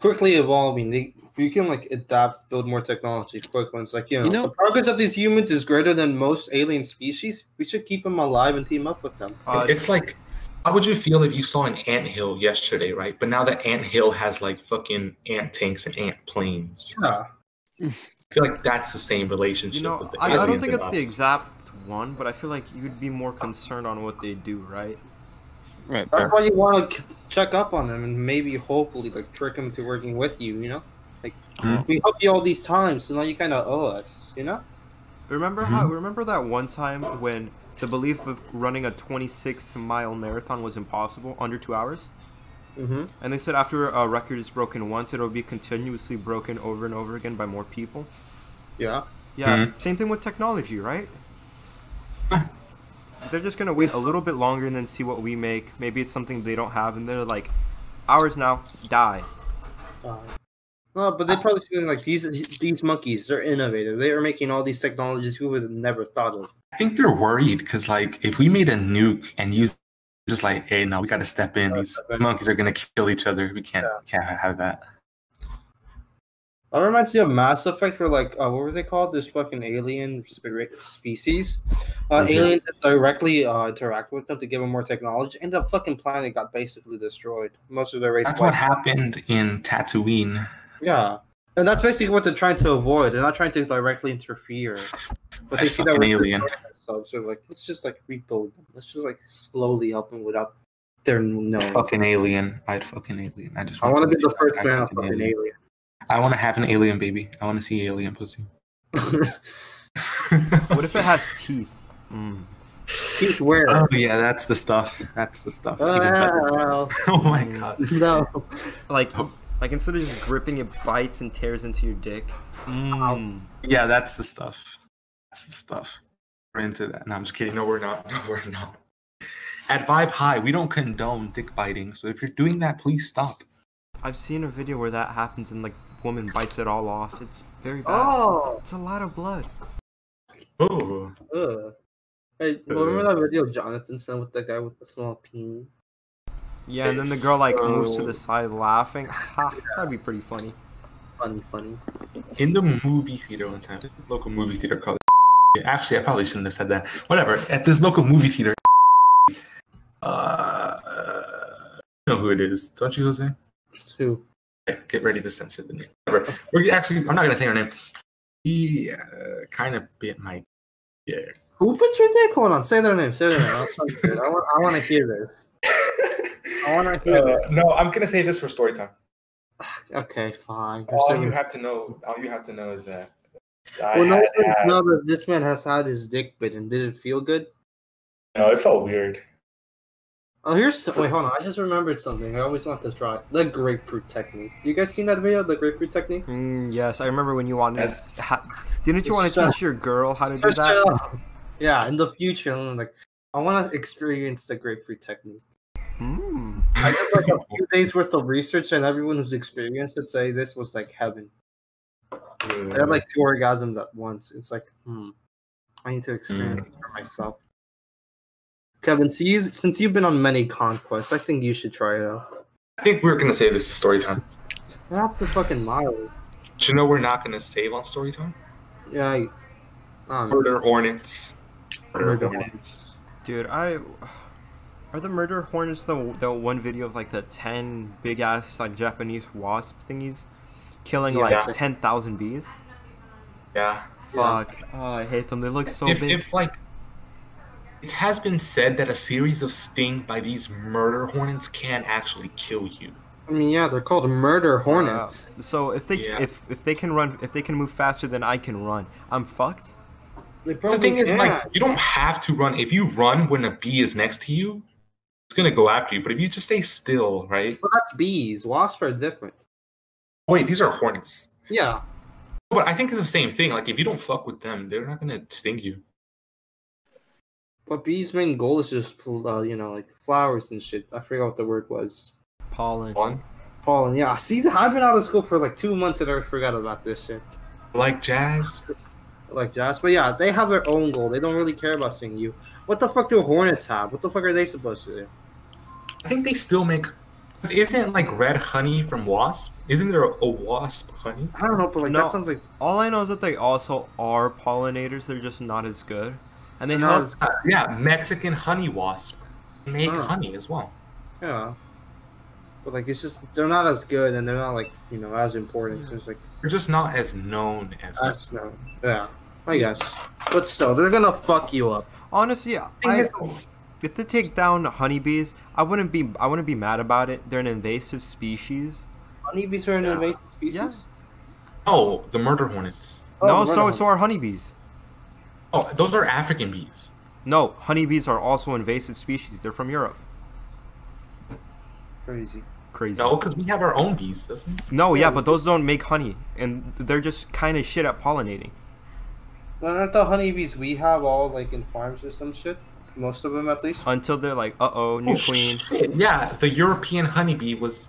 Speaker 2: quickly evolving. They you can like adapt, build more technology quick ones. Like you know,
Speaker 4: You know-
Speaker 2: the progress of these humans is greater than most alien species. We should keep them alive and team up with them.
Speaker 3: Uh,
Speaker 1: it's like, how would you feel if you saw an ant hill yesterday, right? But now the ant hill has like fucking ant tanks and ant planes.
Speaker 2: Yeah.
Speaker 1: I feel like that's the same relationship.
Speaker 3: You know,
Speaker 1: with the
Speaker 3: I, I don't
Speaker 1: aliens
Speaker 3: think
Speaker 1: and
Speaker 3: it's the
Speaker 1: us.
Speaker 3: exact one, but I feel like you'd be more concerned on what they do, right?
Speaker 4: Right.
Speaker 2: That's why you want to check up on them and maybe, hopefully, like trick them to working with you. You know, like
Speaker 1: Mhm.
Speaker 2: we helped you all these times, so now you kind of owe us. You know,
Speaker 3: Remember how?
Speaker 1: Mm-hmm.
Speaker 3: Remember that one time when the belief of running a 26 mile marathon was impossible under two hours,
Speaker 2: mm-hmm.
Speaker 3: and they said after a record is broken once, it'll be continuously broken over and over again by more people.
Speaker 2: yeah.
Speaker 3: Yeah, same thing with technology, right? They're just gonna wait a little bit longer and then see what we make. Maybe it's something they don't have, and they're like, "Ours now, die."
Speaker 2: Uh, well, but they probably see like these these monkeys. They're innovative. They are making all these technologies we would have never thought of.
Speaker 1: I think they're worried because, like, if we made a nuke and used just like, hey, no, we got to step in. These monkeys are gonna kill each other. We can't, we can't have that.
Speaker 2: That reminds me of Mass Effect, where like uh, what were they called? This fucking alien spirit species, uh,
Speaker 1: Mhm.
Speaker 2: aliens that directly uh, interact with them to give them more technology, and the fucking planet got basically destroyed. Most of their race.
Speaker 1: That's
Speaker 2: wiped
Speaker 1: what happened in Tatooine.
Speaker 2: Yeah. And that's basically what they're trying to avoid. They're not trying to directly interfere. But they
Speaker 1: That's
Speaker 2: see that
Speaker 1: fucking
Speaker 2: we're
Speaker 1: alien.
Speaker 2: destroying ourselves. So like, let's just like rebuild them. Let's just like slowly help them without their knowing.
Speaker 1: Fucking alien. I'd fucking alien. I just.
Speaker 2: I want to be the first
Speaker 1: I'd
Speaker 2: man of
Speaker 1: fucking
Speaker 2: fucking
Speaker 1: alien.
Speaker 2: alien.
Speaker 1: I want to have an alien baby. I want to see alien pussy.
Speaker 3: What if it has teeth? Mm.
Speaker 2: Keep where?
Speaker 1: oh yeah, that's the stuff. That's the stuff. Even better.
Speaker 2: Oh,
Speaker 1: oh my god.
Speaker 2: no.
Speaker 3: Like, like instead of just gripping, it bites and tears into your dick. Mm.
Speaker 1: Yeah, that's the stuff. That's the stuff. We're into that. No, I'm just kidding. No, we're not. No, we're not. At Vibe High, we don't condone dick biting. So if you're doing that, please stop.
Speaker 3: I've seen a video where that happens and the woman bites it all off. It's very bad.
Speaker 2: Oh.
Speaker 3: It's a lot of blood.
Speaker 1: Oh,
Speaker 2: Ugh. Hey, remember that video Jonathan sent with that guy with the small penis?
Speaker 3: Yeah, and then the girl like moves to the
Speaker 1: So-
Speaker 3: side laughing. Ha, that'd be pretty funny.
Speaker 2: Funny, funny.
Speaker 1: in the movie theater one time. This is local movie theater called. Actually, I probably shouldn't have said that. Whatever. At this local movie theater, uh, you know who it is, don't you, Jose?
Speaker 2: Two.
Speaker 1: Okay, Get ready to censor the name. Whatever. We're actually. I'm not gonna say her name. He uh, kind of bit my. Yeah.
Speaker 2: Who put your dick? Hold on. Say their name. Say their name. I'll tell you. I want. I want to hear this. I want to hear
Speaker 1: Uh, no, I'm gonna say this for story time.
Speaker 2: this. Okay, fine. You're
Speaker 1: All
Speaker 2: saying-
Speaker 1: you have to know, all you have to know is that I
Speaker 2: well, no
Speaker 1: had- uh,
Speaker 2: one
Speaker 1: had-
Speaker 2: know that this man has had his dick bitten. Did it feel good?
Speaker 1: no, it felt weird.
Speaker 2: Oh, here's so- wait. Hold on. I just remembered something. I always want to try the grapefruit technique. You guys seen that video? The grapefruit technique.
Speaker 3: Mm, yes, I remember when you wanted.
Speaker 1: That's-
Speaker 3: To, ha, didn't you want to
Speaker 2: Shut up.
Speaker 3: teach your girl how to do
Speaker 2: Just
Speaker 3: that?
Speaker 2: shut up. Yeah, in the future, I'm like, I want to experience the grapefruit technique.
Speaker 3: Mm.
Speaker 2: I did like a few days worth of research, and everyone who's experienced it say this was like heaven. I had like two orgasms at once. It's like, hmm, I need to
Speaker 1: Mm.
Speaker 2: experience it for myself. Kevin, so you, since you've been on many conquests, I think you should try it out.
Speaker 1: I think we're gonna say this is story time.
Speaker 2: Not the fucking model.
Speaker 1: Do you know we're not gonna save on story time?
Speaker 2: Yeah, I, um, I don't know.
Speaker 1: Murder hornets. Murder
Speaker 2: Murder
Speaker 1: hornets.
Speaker 3: Dude, I are the murder hornets the the one video of like the ten big ass like Japanese wasp thingies killing
Speaker 1: Yeah.
Speaker 3: like ten thousand bees?
Speaker 1: Yeah.
Speaker 3: Fuck, oh, I hate them. They look so
Speaker 1: if,
Speaker 3: big.
Speaker 1: if like it has been said that a series of sting by these murder hornets can actually kill you.
Speaker 2: I mean, yeah, they're called murder hornets.
Speaker 3: Uh, so if they
Speaker 1: Yeah.
Speaker 3: if if they can run if they can move faster than I can run, I'm fucked.
Speaker 2: They
Speaker 1: The thing is,
Speaker 2: can.
Speaker 1: like, you don't have to run. If you run when a bee is next to you, it's gonna go after you. But if you just stay still, right?
Speaker 2: Well, that's bees. Wasps are different.
Speaker 1: Wait, these are hornets.
Speaker 2: Yeah.
Speaker 1: But I think it's the same thing. Like, if you don't fuck with them, they're not gonna sting you.
Speaker 2: But bees' main goal is just, uh, you know, like flowers and shit. I forgot what the word was.
Speaker 3: Pollen.
Speaker 1: One,
Speaker 2: Pollen. Yeah. See, I've been out of school for like two months and I forgot about this shit.
Speaker 1: like jazz.
Speaker 2: Like Josh. But yeah, they have their own goal. They don't really care about seeing you. What the fuck do hornets have? What the fuck are they supposed to do?
Speaker 1: I think they still make. Isn't like red honey from wasp? Isn't there a wasp honey?
Speaker 2: I don't know, but like
Speaker 3: No.
Speaker 2: that sounds like
Speaker 3: All I know is that they also are pollinators. They're just not as good, and they
Speaker 2: They're not
Speaker 3: help.
Speaker 2: as-
Speaker 1: Uh, yeah, Mexican honey wasp make
Speaker 2: Oh.
Speaker 1: honey as well.
Speaker 2: yeah. But like it's just they're not as good and they're not like you know as important. So it's like
Speaker 1: They're just not as known as.
Speaker 2: that's no. Uh, Yeah. I guess. But still, they're gonna fuck you up.
Speaker 3: Honestly, I, if they take down honeybees, I wouldn't be I wouldn't be mad about it. They're an invasive species.
Speaker 2: Honeybees are an
Speaker 1: Yeah.
Speaker 2: invasive species.
Speaker 3: Yes.
Speaker 1: oh, the murder hornets.
Speaker 2: Oh,
Speaker 3: no,
Speaker 2: right
Speaker 3: so
Speaker 2: on.
Speaker 3: so are honeybees.
Speaker 1: Oh, those are African bees.
Speaker 3: No, honeybees are also invasive species. They're from Europe.
Speaker 2: crazy.
Speaker 3: Crazy.
Speaker 1: No, because we have our own bees, doesn't it?
Speaker 3: No, yeah, but those don't make honey, and they're just kind of shit at pollinating.
Speaker 2: Well, aren't the honeybees we have all like in farms or some shit? Most of them, at least.
Speaker 3: Until they're like, uh oh, new queen.
Speaker 1: Shit, Yeah, the European honeybee was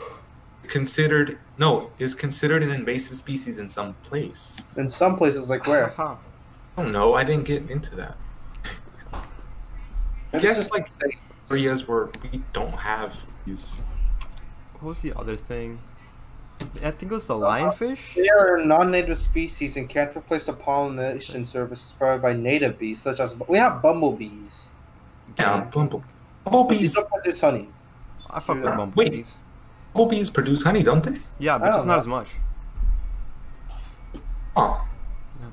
Speaker 1: considered no is considered an invasive species in some place.
Speaker 2: In some places, like where?
Speaker 3: Haha.
Speaker 1: I don't know. I didn't get into that. I guess like areas where we don't have these.
Speaker 3: what was the other thing? I think it was the
Speaker 2: Uh,
Speaker 3: lionfish.
Speaker 2: They are a non-native species and can't replace the pollination services provided by native bees, such as we have bumblebees.
Speaker 1: Yeah, bumble,
Speaker 2: Bees
Speaker 1: bumblebees.
Speaker 2: don't produce honey.
Speaker 3: I fuck with
Speaker 2: Wait.
Speaker 3: bumblebees.
Speaker 1: Bumblebees produce honey, don't they?
Speaker 3: Yeah, but
Speaker 2: don't
Speaker 3: just not
Speaker 2: know.
Speaker 3: as much.
Speaker 1: Oh.
Speaker 3: Yeah.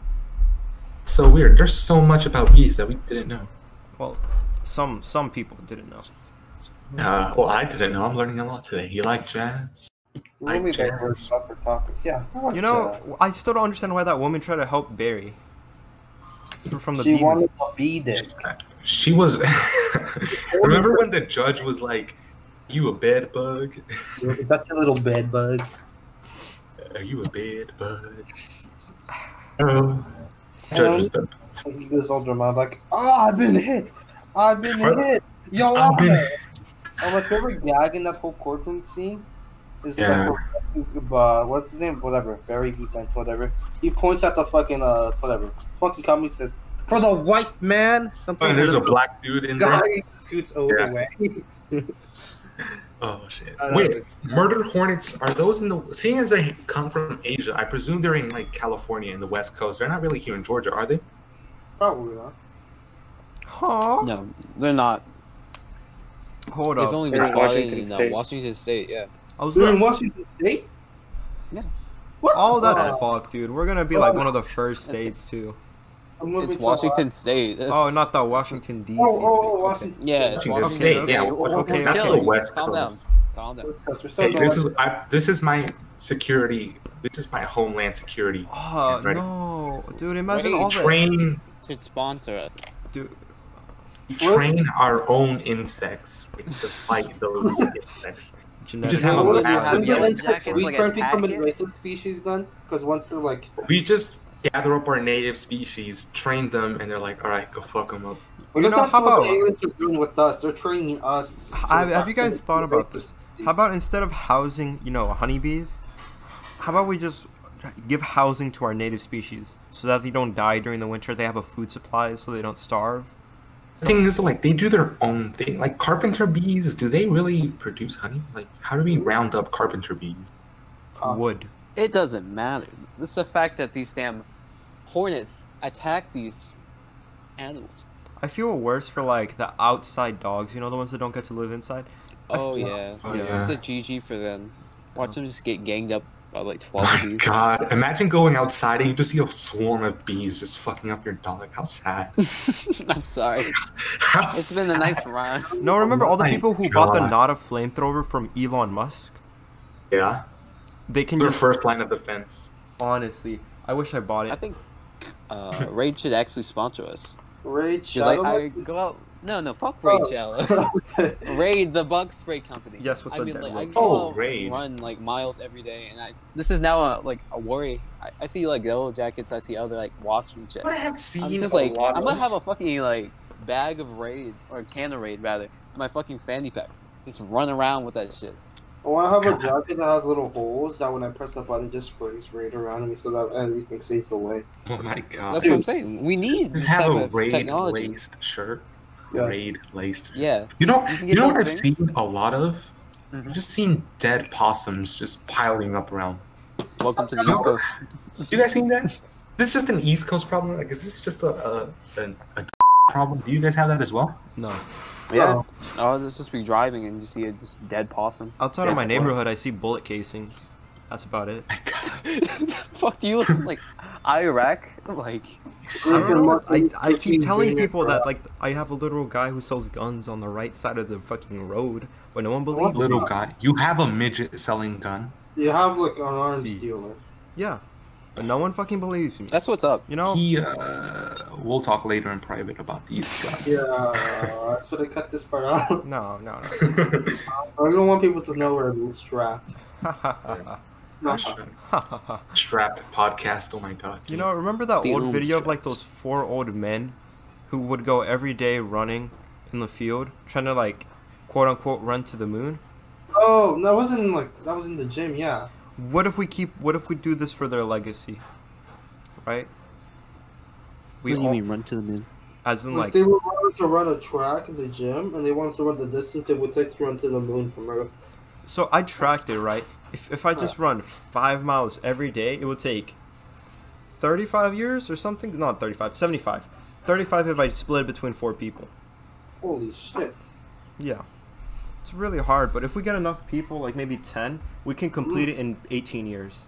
Speaker 1: So weird. There's so much about bees that we didn't know.
Speaker 3: Well, some some people didn't know.
Speaker 1: Uh, well, I didn't know. I'm learning a lot today. You like jazz?
Speaker 2: We'll be
Speaker 1: Like
Speaker 2: back for a
Speaker 1: jazz.
Speaker 2: proper topic. Yeah. I like
Speaker 3: You
Speaker 2: that.
Speaker 3: know, I still don't understand why that woman tried to help Barry F- from the
Speaker 2: she
Speaker 3: bee
Speaker 2: wanted a bee dick.
Speaker 1: She was. Remember when the judge was like, "You a bed bug?
Speaker 2: Is that your little bed bug?
Speaker 1: Um, Are you a bed bug?" Oh, judge was the
Speaker 2: He goes all dramatic, like, "Ah, I've been hit. I've been hit. Yo,
Speaker 1: I've been-
Speaker 2: And my favorite gag in that whole courtroom scene is
Speaker 1: Yeah.
Speaker 2: like, uh, what's his name? Whatever, Barry Defense, whatever. He points at the fucking uh, whatever, fucking comedy says, "For the white man, something."
Speaker 1: Oh, there's a
Speaker 2: whatever.
Speaker 1: black dude in
Speaker 2: guy
Speaker 1: there.
Speaker 2: scoots over
Speaker 1: Yeah.
Speaker 2: way.
Speaker 1: Oh shit!
Speaker 2: I don't
Speaker 1: Wait,
Speaker 2: know.
Speaker 1: murder hornets are those in the? Seeing as they come from Asia, I presume they're in like California and the West Coast. They're not really here in Georgia, are they?
Speaker 2: Probably not.
Speaker 3: Huh?
Speaker 4: No, they're not.
Speaker 3: Hold
Speaker 4: They've
Speaker 3: up.
Speaker 4: only
Speaker 5: They're
Speaker 4: been
Speaker 5: in
Speaker 4: spotted
Speaker 5: Washington
Speaker 4: in uh,
Speaker 5: State.
Speaker 4: Washington State. Yeah.
Speaker 3: I was
Speaker 2: They're in
Speaker 3: like,
Speaker 2: Washington State.
Speaker 4: Yeah.
Speaker 2: What?
Speaker 3: oh,
Speaker 2: the
Speaker 3: that's
Speaker 2: fuck?
Speaker 3: fucked, dude. We're gonna be like one of the first states too.
Speaker 2: I'm moving
Speaker 4: It's
Speaker 2: to
Speaker 4: Washington State. That's-
Speaker 3: Oh, not the Washington D.C.
Speaker 2: Oh, oh, oh,
Speaker 3: state.
Speaker 2: Washington.
Speaker 4: Yeah,
Speaker 2: State.
Speaker 1: Washington
Speaker 3: okay,
Speaker 1: State.
Speaker 3: okay,
Speaker 1: yeah,
Speaker 4: okay,
Speaker 3: okay,
Speaker 1: that's
Speaker 3: okay.
Speaker 1: the West
Speaker 4: Calm down.
Speaker 1: Coast.
Speaker 4: Calm down.
Speaker 2: Because we're so
Speaker 1: Hey, this
Speaker 2: dumb.
Speaker 1: is I, this is my security. This is my homeland security.
Speaker 3: Oh
Speaker 1: Right.
Speaker 3: no, dude! Imagine
Speaker 4: Wait,
Speaker 3: all that.
Speaker 1: Train
Speaker 4: Should sponsor us.
Speaker 3: Dude,
Speaker 1: train our own insects like, to fight those insects.
Speaker 3: genetic-
Speaker 1: just have a
Speaker 4: Would you
Speaker 1: lab.
Speaker 4: have
Speaker 2: Wouldn't
Speaker 4: yellow
Speaker 2: insects
Speaker 4: jackets
Speaker 2: we
Speaker 4: like
Speaker 2: try
Speaker 4: a
Speaker 2: to become a
Speaker 4: packet?
Speaker 2: invasive species then? Because once they're like,
Speaker 1: We just gather up our native species, train them, and they're like, all right, go fuck them up.
Speaker 2: Well,
Speaker 3: You
Speaker 2: that's
Speaker 3: know,
Speaker 2: not
Speaker 3: how
Speaker 2: what
Speaker 3: about-
Speaker 2: the aliens are doing with us? They're training us. to
Speaker 3: I- have you
Speaker 2: attack
Speaker 3: guys
Speaker 2: the
Speaker 3: thought about
Speaker 2: invasive
Speaker 3: How
Speaker 2: species.
Speaker 3: about instead of housing, you know, honeybees, how about we just give housing to our native species so that they don't die during the winter? They have a food supply so they don't starve.
Speaker 1: The thing is, like, they do their own thing. Like, carpenter bees, do they really produce honey? Like, how do we round up carpenter bees?
Speaker 2: Uh,
Speaker 3: Wood.
Speaker 4: It doesn't matter. It's the fact that these damn hornets attack these animals.
Speaker 3: I feel worse for like the outside dogs, you know, the ones that don't get to live inside.
Speaker 4: Oh yeah.
Speaker 1: Oh,
Speaker 3: Yeah.
Speaker 4: It's
Speaker 1: yeah.
Speaker 4: a GG for them. Watch them just get ganged up by like twelve of
Speaker 1: My
Speaker 4: these.
Speaker 1: God! Imagine going outside and you just see a swarm of bees just fucking up your dog. Like, how sad!
Speaker 4: I'm sorry.
Speaker 1: How
Speaker 4: It's been
Speaker 1: sad.
Speaker 4: a nice run.
Speaker 3: No, remember all the
Speaker 1: my
Speaker 3: people who bought the
Speaker 1: God.
Speaker 3: Nada flamethrower from Elon Musk?
Speaker 1: Yeah,
Speaker 3: They can
Speaker 1: their
Speaker 3: just
Speaker 1: first line of defense.
Speaker 3: honestly. I wish I bought
Speaker 4: I
Speaker 3: it.
Speaker 4: think uh, Raid should actually sponsor us.
Speaker 2: Raid
Speaker 4: She's like,
Speaker 2: Shadow?
Speaker 4: I go out. No, no, fuck Raid
Speaker 2: Oh.
Speaker 4: Shadow. Raid the bug spray company.
Speaker 3: Yes, with
Speaker 4: I
Speaker 3: the
Speaker 4: mean, like, I
Speaker 3: deadlift.
Speaker 1: Oh,
Speaker 4: go out
Speaker 1: Raid.
Speaker 4: and run like miles every day, and I this is now a, like a worry. I, I see like yellow jackets. I see other like wasp and shit.
Speaker 1: But I have seen
Speaker 4: I'm just
Speaker 1: a
Speaker 4: like,
Speaker 1: lot
Speaker 4: I'm
Speaker 1: of
Speaker 4: gonna have a fucking like bag of Raid or can of Raid rather in my fucking fanny pack. Just run around with that shit.
Speaker 2: I want to have a jacket that has little holes that when I press the button, just sprays raid around me so that everything stays away.
Speaker 1: Oh my god!
Speaker 4: That's what I'm saying. We need this
Speaker 1: Just have
Speaker 4: type
Speaker 1: a
Speaker 4: of
Speaker 1: raid
Speaker 4: technology.
Speaker 1: laced shirt.
Speaker 2: Yes.
Speaker 1: Raid laced.
Speaker 4: Yeah.
Speaker 1: You know,
Speaker 4: You can
Speaker 1: you,
Speaker 4: get
Speaker 1: know what
Speaker 4: those
Speaker 1: I've
Speaker 4: things. Mm-hmm.
Speaker 1: seen a lot of. I've just seen dead possums just piling up around.
Speaker 4: Welcome to the
Speaker 1: No.
Speaker 4: East Coast.
Speaker 1: You guys seen that? This just an East Coast problem. Like, is this just a a, a, a problem? Do you guys have that as well?
Speaker 3: No.
Speaker 4: Yeah. Oh, it's just be driving and you see a just dead possum.
Speaker 3: Outside of my
Speaker 1: That's
Speaker 3: neighborhood, I see bullet casings. That's about it.
Speaker 4: Fuck do you look like Iraq? Like
Speaker 3: I don't know. I,
Speaker 2: Freaking
Speaker 3: I keep
Speaker 2: freaking
Speaker 3: telling
Speaker 2: video
Speaker 3: people
Speaker 2: for
Speaker 3: that like I have a literal guy who sells guns on the right side of the fucking road, but no one believes me.
Speaker 1: Little guy, you have a midget selling gun.
Speaker 2: You have like an arms
Speaker 3: See.
Speaker 2: dealer.
Speaker 3: Yeah, but no one fucking believes me.
Speaker 4: that's what's up.
Speaker 3: You know,
Speaker 1: He, uh, we'll talk later in private about these
Speaker 2: Yeah, I should have cut this part out.
Speaker 3: no, no,
Speaker 1: guys.
Speaker 2: I don't want people to know where I'm strapped.
Speaker 3: no.
Speaker 1: Strapped podcast. Oh my god.
Speaker 3: you know, remember that
Speaker 4: The
Speaker 3: old
Speaker 4: old
Speaker 3: video of like
Speaker 4: shots.
Speaker 3: those four old men who would go every day running in the field, trying to like quote unquote run to the moon?
Speaker 2: Oh, that wasn't in, like that was in the gym. Yeah.
Speaker 3: What if we keep? What if we do this for their legacy? Right. We all,
Speaker 4: run to the moon?
Speaker 3: as in
Speaker 2: Like,
Speaker 3: like
Speaker 2: they were wanted to run a track in the gym, and they wanted to run the distance it would take to run to the moon from Earth.
Speaker 3: So I tracked it, right? If, if I just run five miles every day, it will take 35 years or something. Not 35, 75. 35 if I split it between four people.
Speaker 2: Holy shit!
Speaker 3: Yeah. It's really hard, but if we get enough people, like maybe 10, we can complete it in 18 years.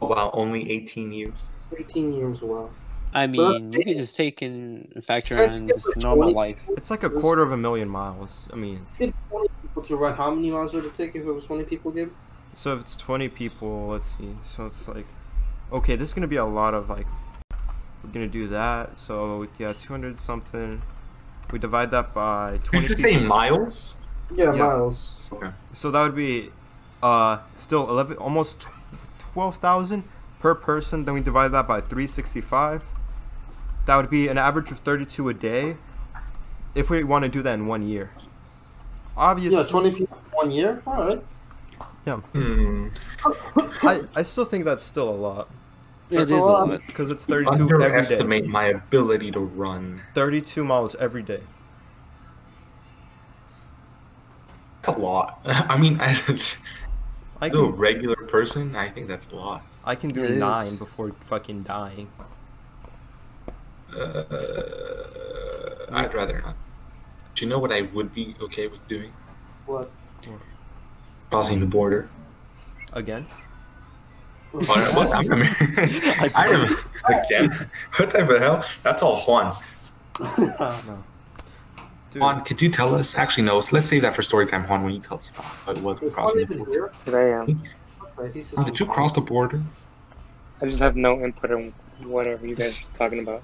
Speaker 1: Oh, wow, only 18 years.
Speaker 2: 18 years, wow.
Speaker 4: I
Speaker 2: But-
Speaker 4: mean, we could just take and factor
Speaker 2: But-
Speaker 4: in just normal life.
Speaker 3: It's like a quarter of a million miles. I mean,
Speaker 2: If it's 20 people to run, how many miles would it take if it was 20 people, Gabe?
Speaker 3: so if it's 20 people, let's see. So it's like, okay, this is going to be a lot of like, we're going to do that. So yeah, 200 something. We divide that by 20
Speaker 1: Did you
Speaker 3: people.
Speaker 1: say miles?
Speaker 2: Yeah,
Speaker 3: Yeah.
Speaker 2: miles.
Speaker 3: So that would be uh, still 11, almost tw- 12,000 per person. Then we divide that by 365. That would be an average of 32 a day if we want to do that in one year. Obviously,
Speaker 2: Yeah, twenty people in one year. All right.
Speaker 1: Hmm.
Speaker 3: I, I still think that's still a lot
Speaker 4: It
Speaker 2: That's
Speaker 4: is
Speaker 2: a
Speaker 4: a
Speaker 2: lot.
Speaker 4: little bit.
Speaker 3: because it's 32 every day.
Speaker 7: Underestimate my ability to run.
Speaker 3: 32 miles every day.
Speaker 1: That's a lot. I mean, as
Speaker 3: I
Speaker 1: a
Speaker 3: can,
Speaker 1: regular person, I think that's a lot.
Speaker 3: I can do
Speaker 4: It is.
Speaker 3: nine before fucking dying.
Speaker 1: Uh, I'd rather not. Do you know what I would be okay with doing?
Speaker 2: What?
Speaker 1: Crossing the border.
Speaker 3: Again?
Speaker 1: What? what? I'm American. I am again. What type of hell? That's all Juan.
Speaker 3: Dude,
Speaker 1: Juan, could you tell us? Actually, no. Let's save that for story time, Juan. When you tell us about what it was
Speaker 2: Is Juan
Speaker 1: crossing the
Speaker 2: even
Speaker 1: border.
Speaker 2: here?
Speaker 5: Today, um,
Speaker 2: Okay, he's
Speaker 1: Juan, Did you cross the border?
Speaker 5: I just have no input on whatever you guys are talking about.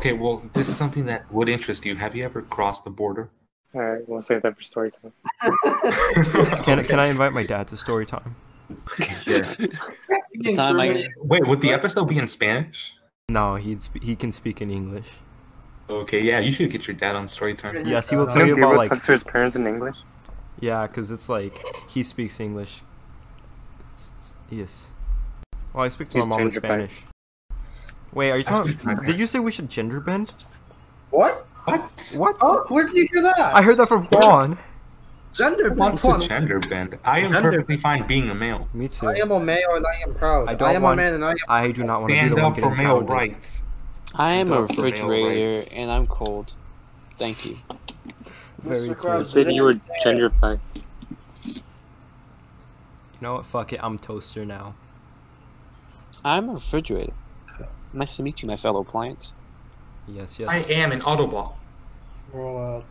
Speaker 1: Okay. Well, this is something that would interest you. Have you ever crossed the border?
Speaker 5: All right, we'll save that for story time.
Speaker 3: can, can I invite my dad to story time?
Speaker 1: Yeah.
Speaker 2: Being
Speaker 4: Time I-
Speaker 2: German-
Speaker 1: Wait, would the episode be in Spanish?
Speaker 3: No, he'd sp- he can speak in English.
Speaker 1: Okay, yeah, you should get your dad on story time.
Speaker 3: Yes, he will
Speaker 2: Uh,
Speaker 3: tell you
Speaker 5: Gabriel
Speaker 3: about like
Speaker 5: talks to his parents in English.
Speaker 3: Yeah, because it's like he speaks English. It's- it's- Yes. Well, I speak to my
Speaker 5: He's
Speaker 3: mom in
Speaker 5: ginger bent.
Speaker 3: Spanish. Wait, are you talking?
Speaker 1: speak ginger.
Speaker 3: Did you say we should gender bend?
Speaker 2: What?
Speaker 1: What?
Speaker 3: What?
Speaker 2: Oh, where did you hear that?
Speaker 3: I heard that from Juan.
Speaker 2: Gender
Speaker 1: What's
Speaker 2: Juan,
Speaker 1: a gender bend? I am
Speaker 2: Gender
Speaker 1: perfectly fine being a male.
Speaker 3: Me too.
Speaker 2: I am a male and I am proud.
Speaker 3: I
Speaker 2: I,
Speaker 3: don't
Speaker 2: am
Speaker 3: want-
Speaker 2: a man and I am.
Speaker 3: I do not want to be
Speaker 1: Stand
Speaker 3: the one
Speaker 1: up for
Speaker 3: getting
Speaker 1: male
Speaker 3: pounded.
Speaker 1: rights.
Speaker 4: I am
Speaker 1: Go
Speaker 4: a
Speaker 1: for male
Speaker 4: refrigerator
Speaker 1: rights.
Speaker 4: and I'm cold. Thank you.
Speaker 3: Very
Speaker 2: Mr.
Speaker 3: cool.
Speaker 2: Krabs.
Speaker 3: You
Speaker 5: Said you were gender fine.
Speaker 3: know what? Fuck it. I'm toaster now.
Speaker 4: I'm a refrigerator. Nice to meet you, my fellow plants.
Speaker 3: Yes, yes.
Speaker 1: I am an Autobot.
Speaker 2: Well, uh,